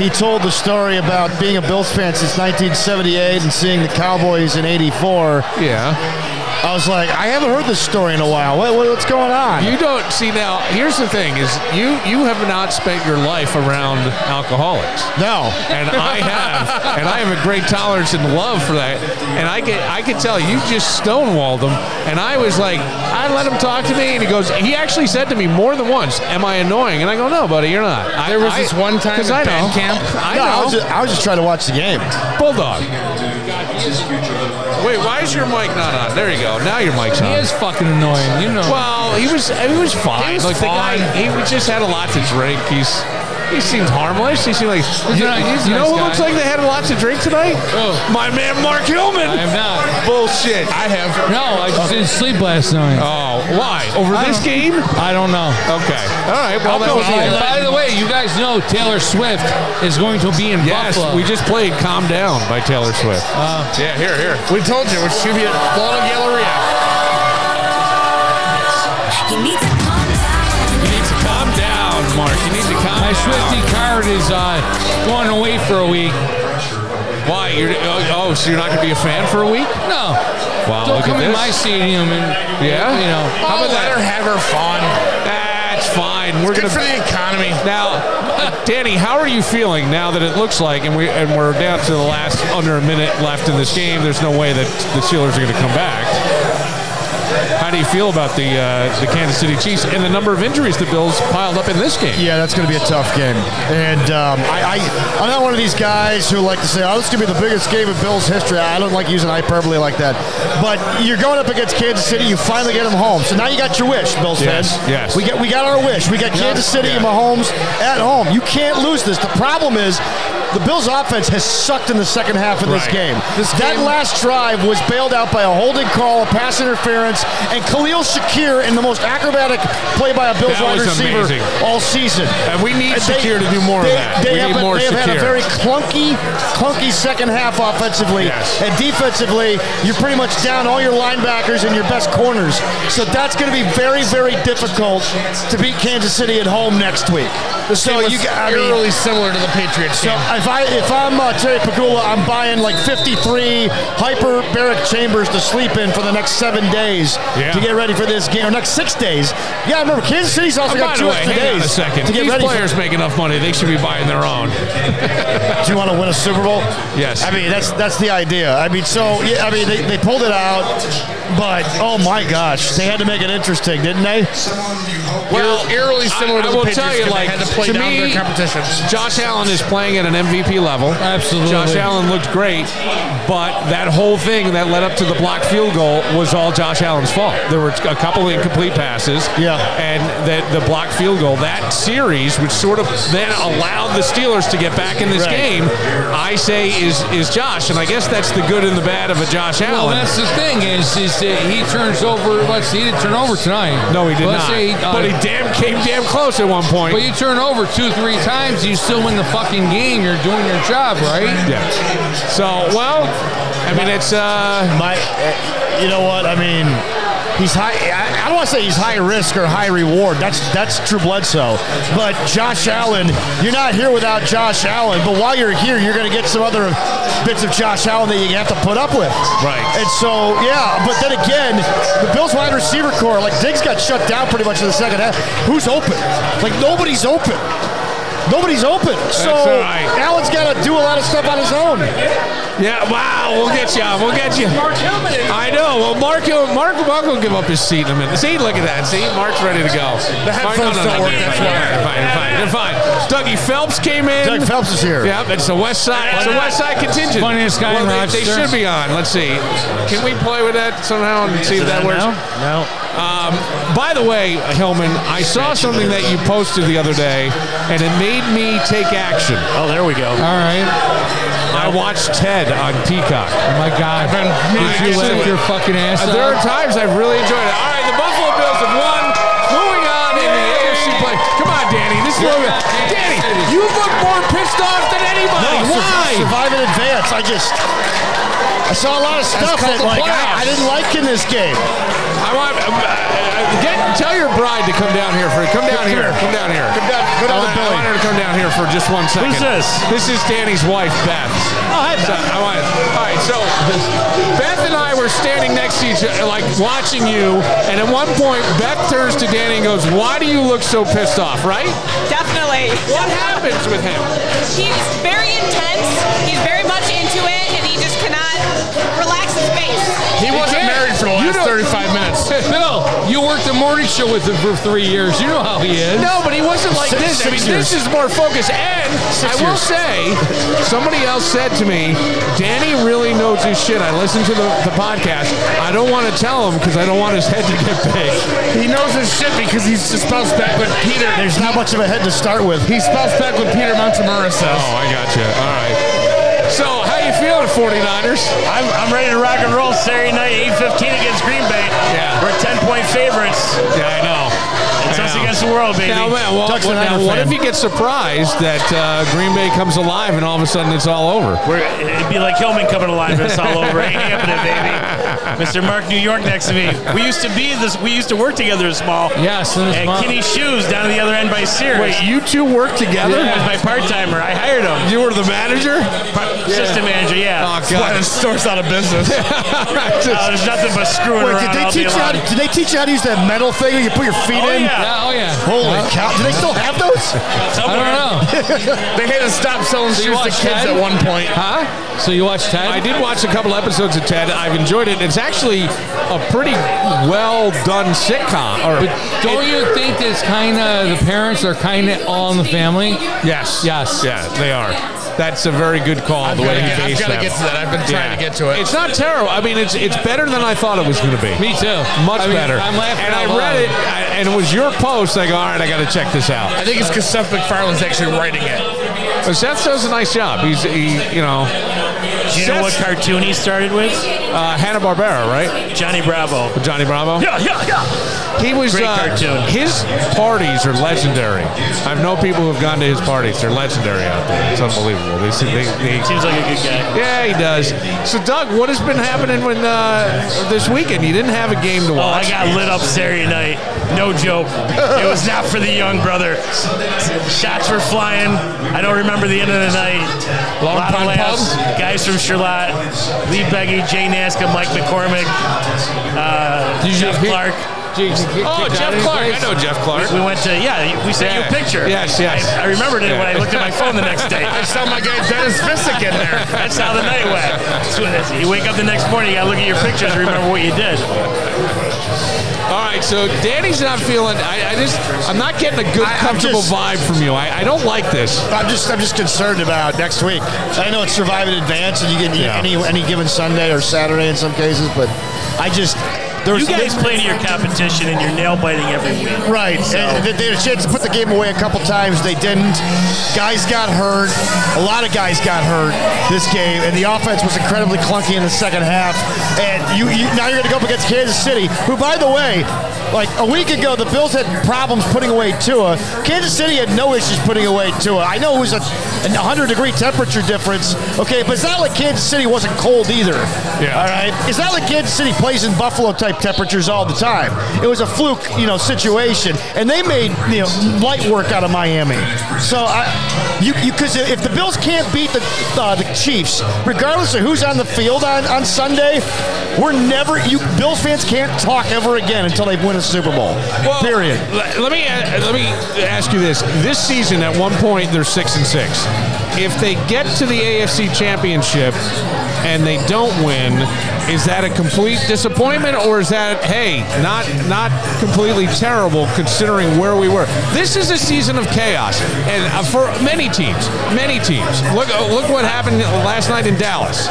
S3: he told the story about being a Bills fan since 1978 and seeing the Cowboys in '84,
S2: Yeah.
S3: I was like, I haven't heard this story in a while. What, what, what's going on?
S2: You don't see now. Here's the thing: is you you have not spent your life around alcoholics,
S3: No,
S2: and I have, and I have a great tolerance and love for that. And I can I can tell you just stonewalled him, and I was like, I let him talk to me, and he goes, he actually said to me more than once, "Am I annoying?" And I go, "No, buddy, you're not." I,
S4: There was
S2: I-
S4: this one time
S2: 'cause
S4: at
S2: I know,
S4: band camp.
S2: I
S3: no, I
S2: know,
S3: was, just, I was just trying to watch the game.
S2: bulldog. Wait, why is your mic not on? There you go. Now your mic's on.
S5: He is fucking annoying, you know.
S2: Well, he was he was fine.
S5: He was
S2: like
S5: fine.
S2: the guy, he was- just had a lot to drink. He's he seemed harmless. He seemed like you,
S5: not- he's a
S2: you know
S5: nice
S2: who
S5: guy.
S2: looks like they had a lot to drink tonight?
S5: Who?
S2: My man Mark
S5: I
S2: Hillman.
S5: am not.
S2: Bullshit.
S5: I have. No, I just didn't sleep last night.
S2: Oh, why over
S5: I
S2: this
S5: don't-
S2: game?
S5: I don't know.
S2: Okay, all right. Well,
S5: I'll
S2: that's
S5: go with
S2: fine.
S5: you. By the way, you guys know Taylor Swift is going to be in
S2: Yes,
S5: Buffalo.
S2: we just played "Calm Down" by Taylor Swift. yeah, here, here.
S4: We told you. We should be at Walden Galleria.
S2: You need to calm down, Mark. You need to calm
S5: My
S2: down.
S5: Swifty card is uh, going away for a week.
S2: Why? You're, oh, oh, so you're not going to be a fan for a week?
S5: No,
S2: Wow,
S5: don't
S2: look
S5: come
S2: at
S5: in
S2: this.
S5: my stadium and
S2: Yeah?
S5: you know. Oh,
S2: How
S4: I'll
S2: about that?
S4: let her have her fun.
S2: That's fine. We're
S4: Good
S2: going
S4: for the economy.
S2: Now, uh, Danny, how are you feeling now that it looks like, and we and we're down to the last under a minute left in this game. There's no way that the Steelers are going to come back. How do you feel about the uh, the Kansas City Chiefs and the number of injuries the Bills piled up in this game?
S3: Yeah, that's going to be a tough game. And um, I, I, I'm not one of these guys who like to say, oh, this could be the biggest game in Bills history. I don't like using hyperbole like that. But you're going up against Kansas City. You finally get them home. So now you got your wish, Bills
S2: Yes,
S3: fans.
S2: yes.
S3: We got, we got our wish. We got Kansas City and Mahomes at home. You can't lose this. The problem is. The Bills' offense has sucked in the second half of this
S2: Right.
S3: game. that last drive was bailed out by a holding call, a pass interference, and Khalil Shakir in the most acrobatic play by a Bills
S2: That
S3: wide
S2: was
S3: receiver
S2: amazing.
S3: all season.
S2: And we need
S3: And they-
S2: Shakir to do more of
S3: they-
S2: that. we
S3: They have,
S2: need
S3: a-
S2: more
S3: they have had
S2: Shakir.
S3: a very clunky, clunky second half offensively.
S2: Yes.
S3: And defensively, you're pretty much down all your linebackers and your best corners. So that's going to be very, very difficult to beat Kansas City at home next week. so
S4: It was
S3: you, g- I mean,
S4: eerily similar to the Patriots
S3: so
S4: game.
S3: if I if I'm uh, Terry Pagula, I'm buying like 53 hyperbaric chambers to sleep in for the next seven days
S2: Yeah.
S3: to get ready for this game, or next six days. Yeah, I remember Kansas City's also
S2: And
S3: got
S2: Oh, By
S3: two
S2: the way,
S3: extra
S2: hang on
S3: days
S2: a second.
S3: to get
S2: These
S3: ready. for-
S2: players make enough money; they should be buying their own.
S3: Do you want to win a Super Bowl?
S2: Yes.
S3: I mean, that's that's the idea. I mean, so yeah, I mean, they, they pulled it out, but oh my gosh, they had to make it interesting, didn't they?
S4: Well, eerily similar
S2: I-
S4: to
S2: I
S4: the
S2: will
S4: Patriots
S2: tell you,
S4: game. They
S2: like,
S4: had to play
S2: to
S4: down
S2: me-
S4: their competition.
S2: Josh Allen is playing at an MVP level.
S5: Absolutely.
S2: Josh Allen looked great, but that whole thing that led up to the block field goal was all Josh Allen's fault. There were a couple incomplete passes.
S3: Yeah.
S2: And that the block field goal, that series, which sort of then allowed the Steelers to get back in this
S3: Right.
S2: game, I say is is Josh. And I guess that's the good and the bad of a Josh
S5: Well,
S2: Allen.
S5: that's the thing is, is that he turns over. Let's see, he didn't turn over tonight.
S2: no, he did
S5: Let's
S2: not.
S5: Say, uh,
S2: but he damn came damn close at one point.
S5: But you turn over two, three times, you still win the fucking game. You're doing your job, right?
S2: yeah. So, well, I mean, it's uh,
S3: eh, My, uh, you know what? I mean, he's high. I, I don't want to say he's high risk or high reward. That's that's Drew Bledsoe. But Josh Allen, you're not here without Josh Allen. But while you're here, you're going to get some other bits of Josh Allen that you have to put up with.
S2: Right.
S3: And so, yeah. But then again, the Bills' wide receiver core, like Diggs, got shut down pretty much in the second half. Who's open? Like nobody's open. Nobody's open. so
S2: all right.
S3: Allen's got to do a lot of stuff on his own.
S2: Yeah, wow, we'll get you. We'll get you. Mark Hillman. I know. Well, Mark, Hill- Mark, Mark will give up his seat in a minute. See, look at that. See, Mark's ready to go. The
S4: headphones don't work, that's why.
S2: Fine, fine, fine, fine. Dougie Phelps came in.
S3: Doug Phelps is here.
S2: Yep, it's the West Side. It's the West Side contingent.
S5: Funniest guy in
S2: well, they, they
S5: Rochester.
S2: should be on. Let's see. Can we play with that somehow and see if that works?
S3: No.
S2: Um, by the way, Hillman, I saw something that you posted the other day, and it made me take action.
S6: Oh, there we go.
S5: All right.
S2: I watched Ted on Peacock.
S5: Oh my God. Did
S2: Actually-
S5: you laugh your fucking ass
S2: Uh, there are
S5: off?
S2: times I've really enjoyed it. All right, the Buffalo Bills have won. Moving on in the AFC play. Come on, Danny. This is
S5: Yeah.
S2: Danny, you look more pissed off than anybody.
S3: No, sur-
S2: Why?
S3: Survive in advance. I just. I saw a lot of stuff
S2: called
S3: that
S2: the
S3: like,
S2: playoffs.
S3: I, I didn't like in this game.
S2: I want uh, uh, get tell your bride to come down here for come down here. Come down here.
S3: Go down, go
S2: I
S3: down
S2: want, I want
S3: the building.
S2: her to come down here for just one second.
S6: Who's this?
S2: This is Danny's wife, Beth. Oh, hi, Beth. I want, all right, so Beth and I were standing next to each other, like watching you, and at one point, Beth turns to Danny and goes, Why do you look so pissed off, right?
S9: Definitely.
S2: What happens with him?
S9: He's very intense. He's very much into it, and he just cannot relax his face.
S4: He wasn't
S2: can't.
S4: married for the
S2: You
S4: last
S2: don't-
S4: 35 minutes.
S5: No, you worked the morning show with him for three years. You know how he is.
S2: No, but he wasn't like
S3: Six-
S2: this. I
S3: six
S2: mean, this is more focused. And I will say, somebody else said to me, Danny really knows his shit. I listened to the, the podcast. I don't want to tell him because I don't want his head to get big.
S4: He knows his shit because he's just spells back with Peter.
S3: There's not much of a head to start with.
S4: He spells back with Peter Montemurro.
S2: Oh, I got you. All right. So, how you feeling, 49ers?
S6: I'm, I'm ready to rock and roll Saturday night, 8:15 against Green Bay.
S2: Yeah.
S6: We're 10 point favorites.
S2: Yeah, I know.
S6: It's us
S2: I know.
S6: against the world, baby.
S2: Now, man, well,
S3: Ducks
S2: well,
S3: and
S2: now,
S3: Niner
S2: what
S3: fan.
S2: if you get surprised that uh, Green Bay comes alive and all of a sudden it's all over?
S6: We're, it'd be like Hillman coming alive. It's all over. Ain't happening, baby. Mr. Mark New York next to me. We used to be this. We used to work together as small.
S5: Yes, in a
S6: At
S5: small-
S6: Kinney's Shoes down the other end by Sears.
S2: Wait, you two work together?
S6: That was my part timer. I hired him.
S2: You were the manager?
S6: Assistant manager. Yeah.
S2: Oh, God.
S6: store's out of business.
S2: Just-
S6: there's nothing but screwing
S3: Wait,
S6: around
S3: did they
S6: all day
S3: teach you how?
S6: long.
S3: To, did they teach you how to use that metal thing where you put your feet
S6: Oh,
S3: in?
S6: yeah.
S5: Oh yeah.
S3: Holy cow! Do they still have those?
S5: I
S6: Somewhere.
S5: don't know.
S4: They had to stop selling
S5: you
S4: shoes to
S5: watch
S4: kids
S5: Ted?
S4: at one point.
S5: Huh? So you watched Ted?
S2: I did watch a couple episodes of Ted. I've enjoyed it. It's actually a pretty well done sitcom. Or
S5: But don't you think that's kind of the parents are kind of all in the family?
S2: yes,
S5: Yes.
S2: yeah, they are. That's a very good call. the way
S4: gotta
S2: he
S4: get- I've
S2: based
S4: gotta
S2: that.
S4: get to that. I've been trying to get to it.
S2: It's not terrible. I mean, it's it's better than I thought it was going to be.
S5: Me too.
S2: Much
S5: I mean,
S2: better.
S5: I'm laughing.
S2: And I
S5: out
S2: read
S5: loud.
S2: it, I, and it was your post. I go, all right, I got to check this out.
S4: I think it's because Seth MacFarlane's actually writing it.
S2: But Seth does a nice job. He's he, you know,
S6: Do you know what cartoon he started with?
S2: uh, Hanna Barbera, right?
S6: Johnny Bravo.
S2: Johnny Bravo.
S6: Yeah, yeah, yeah.
S2: He was
S6: Great
S2: uh,
S6: cartoon.
S2: His parties are legendary. I've known people who've gone to his parties. They're legendary out there. It's unbelievable. They, see- they, they,
S6: Seems like a good guy.
S2: yeah, he does. So, Doug, what has been happening when uh, this weekend? You didn't have a game to
S6: Oh, I
S2: watch.
S6: got lit up Saturday night. No joke. It was not for the young brother. Shots were flying. I don't remember the end of the night.
S4: Long
S6: a lot
S4: Pond
S6: of laughs. Guys from Charlotte, Lee Beggy, Jay Naska, Mike McCormick, uh, Jeff
S5: hear-
S6: Clark.
S2: oh, Jeff Clark. I know Jeff Clark.
S6: We went to yeah. We sent
S2: Yeah.
S6: you a picture.
S2: Yes, yes.
S6: I, I remembered it when I looked at my phone the next day.
S4: I saw my guy Dennis Visick in there.
S6: That's how the night went. That's what it is. You wake up the next morning, you gotta look at your pictures and remember what you did.
S2: All right, so Danny's not feeling. I, I just, I'm not getting a good,
S3: I- I'm
S2: comfortable
S3: just-
S2: vibe from you. I, I don't like this.
S3: I'm just I'm just concerned about next week. I know it's survive in advance, and you get
S2: Yeah.
S3: any any given Sunday or Saturday in some cases, but I just there's
S6: You guys play to your competition and you're nail biting every week.
S3: Right. And they, they had a chance to put the game away a couple times. They didn't. Guys got hurt. A lot of guys got hurt this game, and the offense was incredibly clunky in the second half. And you, you now you're going to go up against Kansas City, who, by the way, like a week ago, the Bills had problems putting away Tua. Kansas City had no issues putting away Tua. I know it was a, an 100 degree temperature difference, okay, but it's not like Kansas City wasn't cold either.
S2: Yeah.
S3: All right. It's not like Kansas City plays in Buffalo type five temperatures all the time. It was a fluke, you know, situation, and they made you know light work out of Miami. So I, you because if the Bills can't beat the uh, the Chiefs, regardless of who's on the field on on Sunday, we're never you Bills fans can't talk ever again until they win a Super Bowl. Period.
S2: Let let me uh, let me ask you this: This season, at one point, they're six and six. If they get to the AFC Championship and they don't win, is that a complete disappointment, or is that hey, not not completely terrible considering where we were? This is a season of chaos, and uh, for many teams, many teams. Look uh, look what happened last night in Dallas.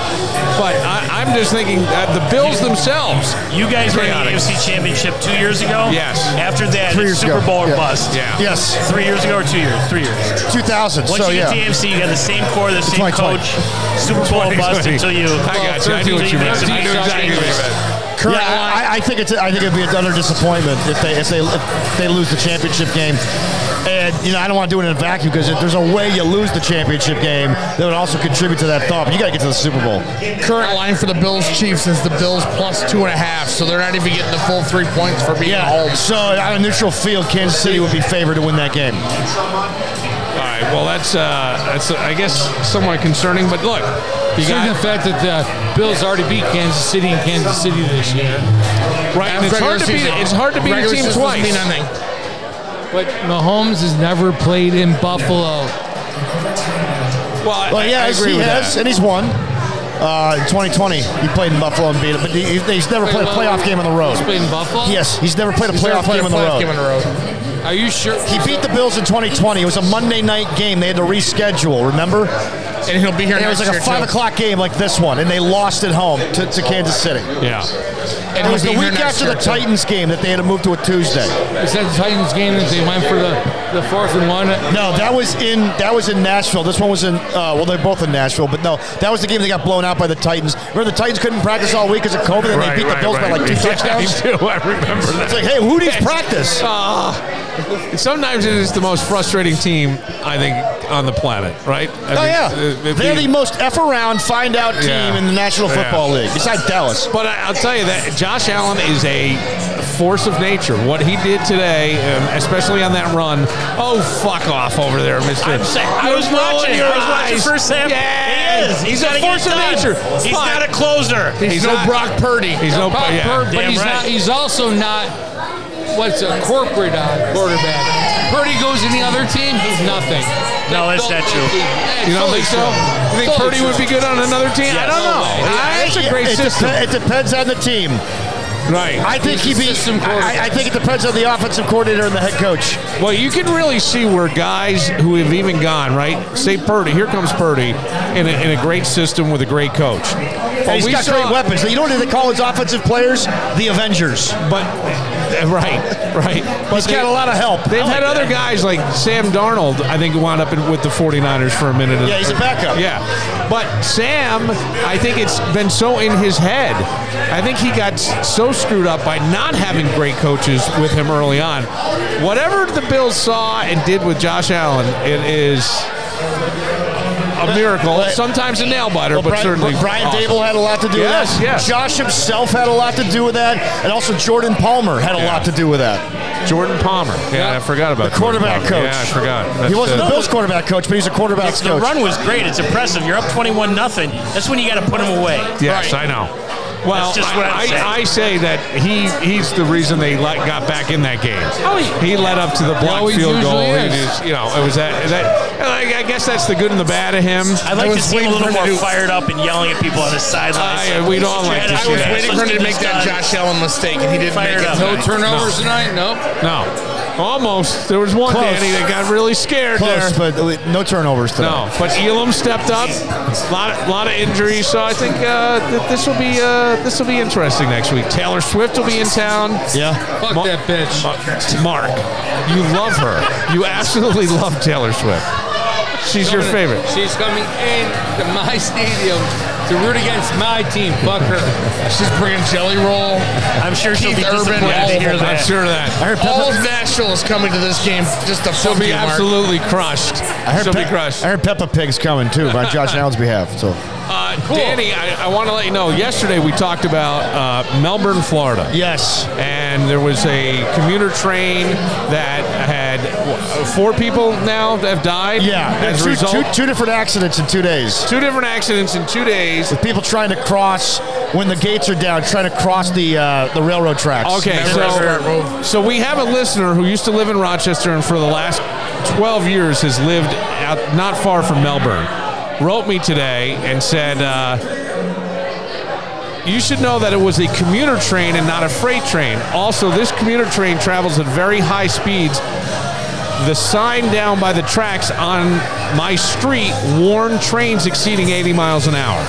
S2: But I, I'm just thinking uh, the Bills
S5: Oh.
S2: themselves.
S9: You guys were in
S2: Chaotic.
S9: the AFC Championship two years ago.
S2: Yes.
S9: After that,
S3: Three
S9: it's
S3: years
S9: Super
S3: ago.
S9: Bowl or
S3: Yeah.
S9: bust.
S2: Yeah.
S3: Yes,
S9: Three years ago or two years? Three years.
S3: 2000.
S9: Once
S3: so
S9: you
S3: yeah.
S9: get to AMC, you got the same core, the same
S3: 2020.
S9: coach, Super Bowl or bust until you.
S2: I got you. I knew what you meant. I knew exactly what you meant.
S3: Correct. I, I think it's. I think it'd be another disappointment if they if they if they lose the championship game. And you know, I don't want to do it in a vacuum because if there's a way you lose the championship game, that would also contribute to that thump. You got to get to the Super Bowl.
S4: Current line for the Bills Chiefs is the Bills plus two and a half, so they're not even getting the full three points for being home.
S3: So on a neutral field, Kansas City would be favored to win that game.
S2: All right. Well, that's uh, that's uh, I guess somewhat concerning. But look, you
S5: Considering
S2: got
S5: the fact that the Bills already beat Kansas City and Kansas City this year,
S2: right. And it's hard to beat. It's hard to beat a
S4: Regular
S2: team
S4: season doesn't
S2: twice.
S4: mean anything.
S5: but Mahomes has never played in Buffalo.
S2: Well, I,
S3: Well,
S2: I-
S3: yeah,
S2: I agree
S3: he
S2: with
S3: has,
S2: that.
S3: and he's won. Uh, in 2020, he played in Buffalo and beat him, but he, he's never played a playoff game on the road.
S5: He's played in Buffalo.
S3: Yes, he's never played a
S4: They're
S3: playoff
S4: playing
S3: game on the road.
S4: playoff game on the road.
S5: Are you sure?
S3: He beat the Bills in 2020. It was a Monday night game. They had to reschedule. Remember?
S4: And he'll be here
S3: And it
S4: next
S3: was like
S4: year,
S3: a five
S4: too.
S3: o'clock game, like this one, and they lost at home to, to Kansas City.
S2: Yeah.
S4: And
S3: It was the
S4: he'll be here
S3: week
S4: next
S3: after
S4: year,
S3: the
S4: too.
S3: Titans game that they had to move to a Tuesday.
S5: Is that the Titans game that they went for the, the fourth and one?
S3: No, that was in that was in Nashville. This one was in uh, well, they're both in Nashville, but no, that was the game they got blown out by the Titans. Remember, the Titans couldn't practice all week because of COVID, and
S2: Right,
S3: they beat the
S2: right,
S3: Bills by
S2: right.
S3: like two
S2: Yeah, I
S3: touchdowns.
S2: do. I remember that.
S3: It's like, hey, who needs practice?
S2: Ah. sometimes it is the most frustrating team I think on the planet, right? I
S3: Oh
S2: mean,
S3: yeah,
S2: uh, it'd
S3: they're
S2: be-
S3: the most f around find out team
S2: Yeah.
S3: in the National
S2: Yeah.
S3: Football League, besides Dallas.
S2: But I, I'll tell you that Josh Allen is a force of nature. What he did today, um, especially on that run, oh fuck off over there, Mister.
S9: I'm saying- I was
S2: You're rolling
S9: watching.
S2: your
S9: I was watching
S2: eyes.
S9: first half.
S2: Yes.
S9: He is.
S2: He's,
S9: He's
S2: a
S9: gotta get
S2: force
S9: it
S2: of
S9: done.
S2: nature.
S9: He's
S2: But
S9: not a closer.
S2: He's,
S4: no
S2: not
S4: Brock Purdy.
S2: He's no.
S5: Brock
S2: yeah.
S5: Purdy, but
S9: Damn
S5: he's
S9: right.
S5: not. He's also not what's a corporate uh, quarterback. Purdy goes any other team, he's nothing.
S9: No, that's not true.
S5: Yeah,
S2: You don't
S5: totally
S2: think so?
S5: true.
S2: You think
S5: Totally
S2: Purdy would
S5: true.
S2: be good on another team? I
S9: Yes.
S2: don't know. I- It's a great
S3: it,
S2: system,
S3: depe- it depends on the team.
S2: right?
S3: I think he
S5: He's a
S3: beats.
S5: system quarterback.
S3: I, I think it depends on the offensive coordinator and the head coach.
S2: Well, you can really see where guys who have even gone right. Say Purdy, here comes Purdy, in a, in a great system with a great coach. But
S3: And he's got great weapons. You know what they call his offensive players? The Avengers.
S2: But right, right. But
S3: He's got a lot of help.
S2: They've had other guys like Sam Darnold. I think who wound up in, with the 49ers for a minute.
S3: Yeah, he's a backup.
S2: Yeah, but Sam, I think it's been so in his head. I think he got s- so screwed up by not having great coaches with him early on. Whatever the Bills saw and did with Josh Allen, it is a miracle.
S3: But-
S2: Sometimes a nail biter,
S3: Well,
S2: but
S3: Brian,
S2: certainly
S3: Brian
S2: awesome.
S3: Dable had a lot to do
S2: Yes,
S3: with that.
S2: yes.
S3: Josh himself had a lot to do with that. And also Jordan Palmer had a
S2: Yeah.
S3: lot to do with that.
S2: Jordan Palmer. Yeah, I forgot about
S3: The quarterback
S2: Jordan Palmer.
S3: coach.
S2: Yeah, I forgot.
S3: he
S2: That's,
S3: wasn't
S2: uh,
S3: the Bills quarterback coach, but he's a quarterback
S9: It's- the
S3: coach.
S9: run was great. It's impressive. You're up 21 nothing. That's when you got to put him away.
S2: Yes, I know. Well,
S9: That's just what I'm
S2: I,
S9: saying.
S2: I, I say that he he's the reason they let, got back in that game.
S9: Oh,
S2: He led up to the block
S5: he
S2: field
S5: usually
S2: goal. He
S5: is.
S2: just, you know, it was that. that and I, I guess that's the good and the bad of him.
S9: I like
S4: I
S9: to
S4: was
S9: see him
S4: waiting
S9: a little
S4: for him
S9: more
S4: to do-
S9: fired up and yelling at people on the sidelines.
S2: I- we don't like to
S9: Strategy,
S2: see
S4: I was
S2: Yeah.
S9: guys.
S4: waiting
S9: Let's
S4: for him
S9: get
S4: to make
S9: this
S4: that
S9: done.
S4: Josh Allen mistake, and he didn't
S9: Fired
S4: make
S9: up.
S4: it.
S5: No turnovers tonight. Nope.
S2: No, almost. There was one
S3: Close.
S2: Danny that got really scared
S3: Close,
S2: there.
S3: but uh, no turnovers today.
S2: No, but Elam stepped up. A lot, of, lot of injuries, so I think uh, that this will be uh, this will be interesting next week. Taylor Swift will be in town.
S3: Yeah.
S5: Fuck
S2: Mo-
S5: that bitch.
S2: Mark, Mark, you love her. You absolutely love Taylor Swift. She's your favorite.
S5: She's coming in to my stadium to root against my team. Fuck her.
S4: She's bringing Jelly Roll.
S9: I'm sure she'll
S4: Keith
S9: be
S4: Urban.
S9: disappointed to hear
S2: I'm
S9: that.
S2: sure of that.
S3: heard
S4: All of Nashville is coming to this game just to
S2: She'll
S4: fuck
S2: be
S4: you, Mark.
S2: absolutely crushed.
S3: I heard,
S2: She'll be
S3: Pe-
S2: crushed.
S3: I heard Peppa Pig's coming too by Josh Allen's behalf. So
S2: Uh, Danny, I, I want to let you know. Yesterday we talked about uh, Melbourne, Florida.
S3: yes,
S2: and there was a commuter train that had wh- four people now that have died.
S3: yeah,
S2: as a
S3: two,
S2: result,
S3: two, two different accidents in two days.
S2: Two different accidents in two days.
S3: People trying to cross when the gates are down, trying to cross the uh, the railroad tracks.
S2: Okay,
S4: Remember-
S2: so so we have a listener who used to live in Rochester and for the last 12 years has lived out not far from Melbourne. Wrote me today and said. Uh, You should know that it was a commuter train and not a freight train. Also, this commuter train travels at very high speeds. The sign down by the tracks on my street warned trains exceeding 80 miles an hour.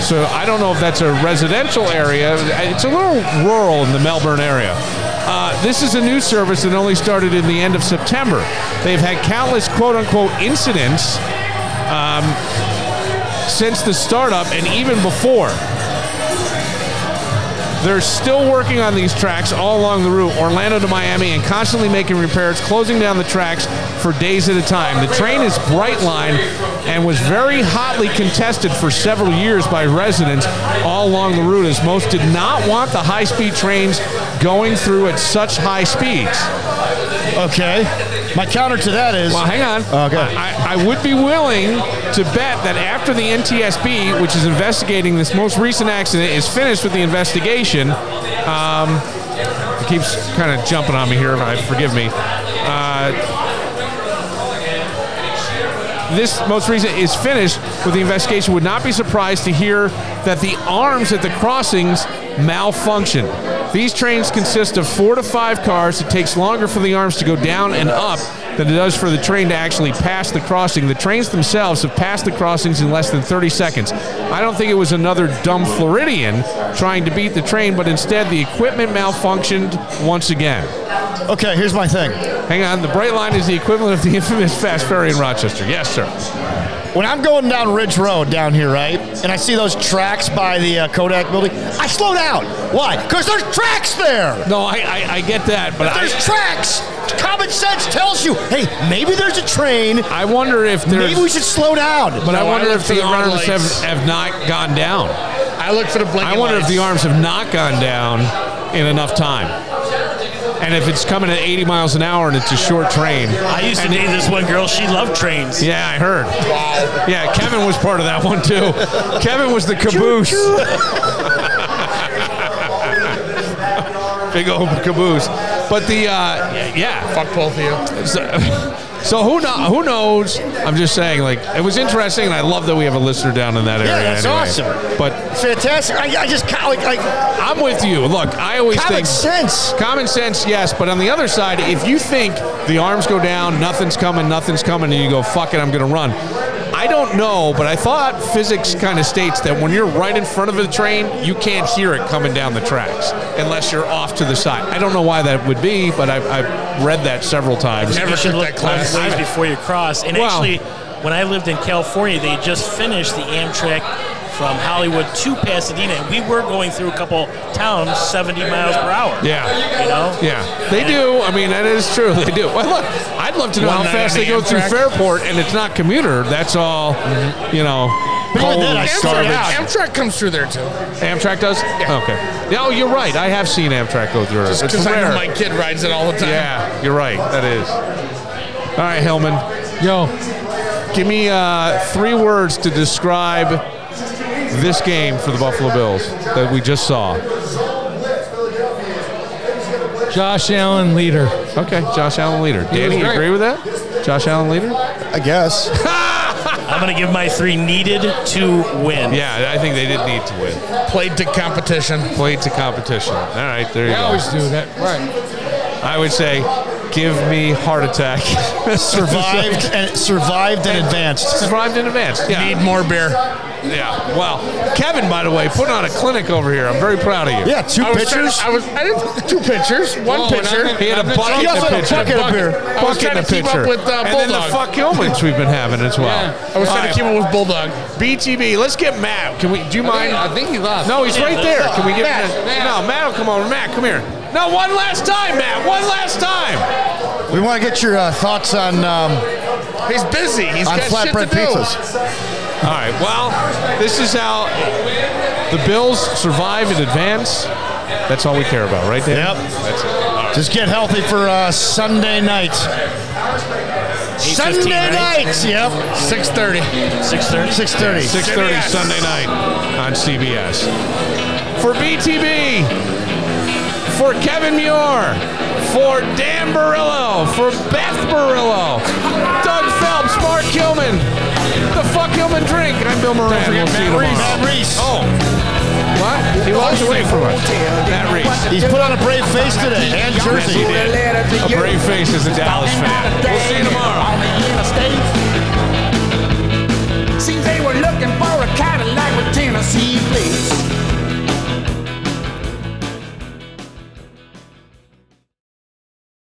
S2: So I don't know if that's a residential area. It's a little rural in the Melbourne area. Uh, this is a new service that only started in the end of September. They've had countless quote unquote incidents um, since the startup and even before. They're still working on these tracks all along the route, Orlando to Miami, and constantly making repairs, closing down the tracks for days at a time. The train is Brightline and was very hotly contested for several years by residents all along the route, as most did not want the high speed trains going through at such high speeds.
S3: Okay. My counter to that is
S2: Well, hang on.
S3: Okay.
S2: I, I would be willing to bet that after the NTSB, which is investigating this most recent accident, is finished with the investigation, um, it keeps kind of jumping on me here. I forgive me. Uh, this most recent is finished with the investigation. Would not be surprised to hear that the arms at the crossings malfunction. These trains consist of four to five cars. It takes longer for the arms to go down and up than it does for the train to actually pass the crossing. The trains themselves have passed the crossings in less than 30 seconds. I don't think it was another dumb Floridian trying to beat the train, but instead the equipment malfunctioned once again.
S3: okay. Here's my thing.
S2: Hang on, the bright line is the equivalent of the infamous fast ferry in Rochester. Yes, sir.
S3: When I'm going down Ridge Road down here, right, and I see those tracks by the uh, Kodak building, I slow down. Why? Because there's tracks there.
S2: No, I, I, I get that, but
S3: There's
S2: I,
S3: tracks. Common sense tells you, hey, maybe there's a train.
S2: I wonder if there's.
S3: Maybe we should slow down.
S2: but I
S4: No, I
S2: wonder
S4: look
S2: if
S4: for
S2: the
S4: the red
S2: arms have,
S4: lights.
S2: have not gone down.
S4: I look for the blinking
S2: I wonder if the
S4: lights.
S2: arms have not gone down in enough time. And if it's coming at 80 miles an hour and it's a short train.
S9: I used to date this one girl. She loved trains.
S2: Yeah, I heard. Yeah, Kevin was part of that one too. Kevin was the caboose. Big old caboose. But the uh, yeah,
S4: Fuck both of you.
S2: so, so who know, who knows? I'm just saying, like it was interesting, and I love that we have a listener down in that area.
S3: that's
S2: anyway.
S3: awesome.
S2: But
S3: Fantastic. I, I just ca- like, like
S2: I'm with you. Look, I always
S3: common
S2: think
S3: sense.
S2: common sense, yes. But on the other side, if you think the arms go down, nothing's coming, nothing's coming, and you go, "Fuck it, I'm going to run." I don't know, but I thought physics kind of states that when you're right in front of the train, you can't hear it coming down the tracks unless you're off to the side. I don't know why that would be, but I've, I've read that several times.
S4: Never
S9: You should
S4: took
S9: look
S4: that class.
S9: both ways before you cross. And
S2: Wow.
S9: actually, when I lived in California, they just finished the Amtrak from Hollywood to Pasadena, and we were going through a couple towns 70 miles per hour.
S2: Yeah.
S9: You know?
S2: Yeah, they do. I mean, that is true. They do. Well, look, I'd love to know
S4: One
S2: how
S4: night
S2: fast
S4: on
S2: they
S4: the
S2: go through
S4: Amtrak. Mm-hmm.
S2: Fairport, and it's not commuter. That's all, you know.
S3: even
S2: coal
S3: then, I
S2: and
S3: started
S2: garbage.
S3: out.
S4: Amtrak comes through there too.
S2: Amtrak does. Okay. No, you're right. I have seen Amtrak go through. it. It's
S4: Because I
S2: rare.
S4: know my kid rides it all the time.
S2: yeah, you're right. That is. All right, Hellman. Yo, give me uh, three words to describe this game for the Buffalo Bills that we just saw.
S5: Josh Allen, leader.
S2: Okay, Josh Allen leader. Danny, you
S5: great.
S2: agree with that? Josh Allen leader.
S3: I guess.
S9: I'm going to give my three needed to win.
S2: Yeah, I think they did need to win.
S4: Played to competition.
S2: played to competition. All right, there you
S5: I
S2: go.
S5: always do that. Right.
S2: I would say give me heart attack.
S3: Survived and survived and advanced.
S2: Survived in advance. Yeah.
S4: Need more beer.
S2: Yeah. Wow. Kevin, by the way, put on a clinic over here. I'm very proud of you.
S3: Yeah, two
S4: I was trying
S3: pitchers.
S4: to- I was. I didn't. Two pitchers. One
S5: Whoa, and
S4: pitcher.
S5: I'm in-
S2: He had a
S5: I've
S2: bucket
S5: been trying-
S2: Oh, in
S3: He also
S2: the
S3: had a
S2: pitcher.
S3: bucket of beer.
S2: Bucket
S4: I was trying
S2: in
S4: to
S2: the
S4: keep up
S2: pitcher.
S4: with, uh,
S2: and then the
S4: Bulldog.
S2: fuck moments we've been having as well.
S4: I was trying to keep
S2: All
S4: up with Bulldog.
S2: right. BTB, let's get Matt. Can we? Do you mind?
S5: I think he left.
S2: No, he's right there. Can we get
S5: Matt,
S2: Matt?
S5: Matt.
S2: No, Matt will come over. Matt, come here. No, one last time, Matt. One last time.
S3: We want to get your uh, thoughts on um,
S4: He's busy. He's
S3: on
S4: got shit to
S3: flatbread
S4: do.
S3: pizzas.
S2: All right. Well, this is how the Bills survive in advance. That's all we care about, right, Dan?
S3: Yep.
S2: That's it. All right.
S3: Just get healthy for uh, Sunday night. Sunday
S9: right?
S3: night. Yep.
S4: Six thirty.
S9: 6:30.
S3: Six thirty.
S2: 6:30 Sunday night on CBS. For BTB, for Kevin Muir, for Dan Barillo, for Beth Barillo, Doug Phelps, Mark Kilman, the fuck Kilman drink. I'm Bill Moran. We'll see you tomorrow.
S3: Matt Reese.
S2: Oh, what? He walks away from us. Matt Reese.
S3: He's put on a brave face today and jersey.
S2: A brave face is a Dallas fan. We'll see you tomorrow.
S10: On the interstate,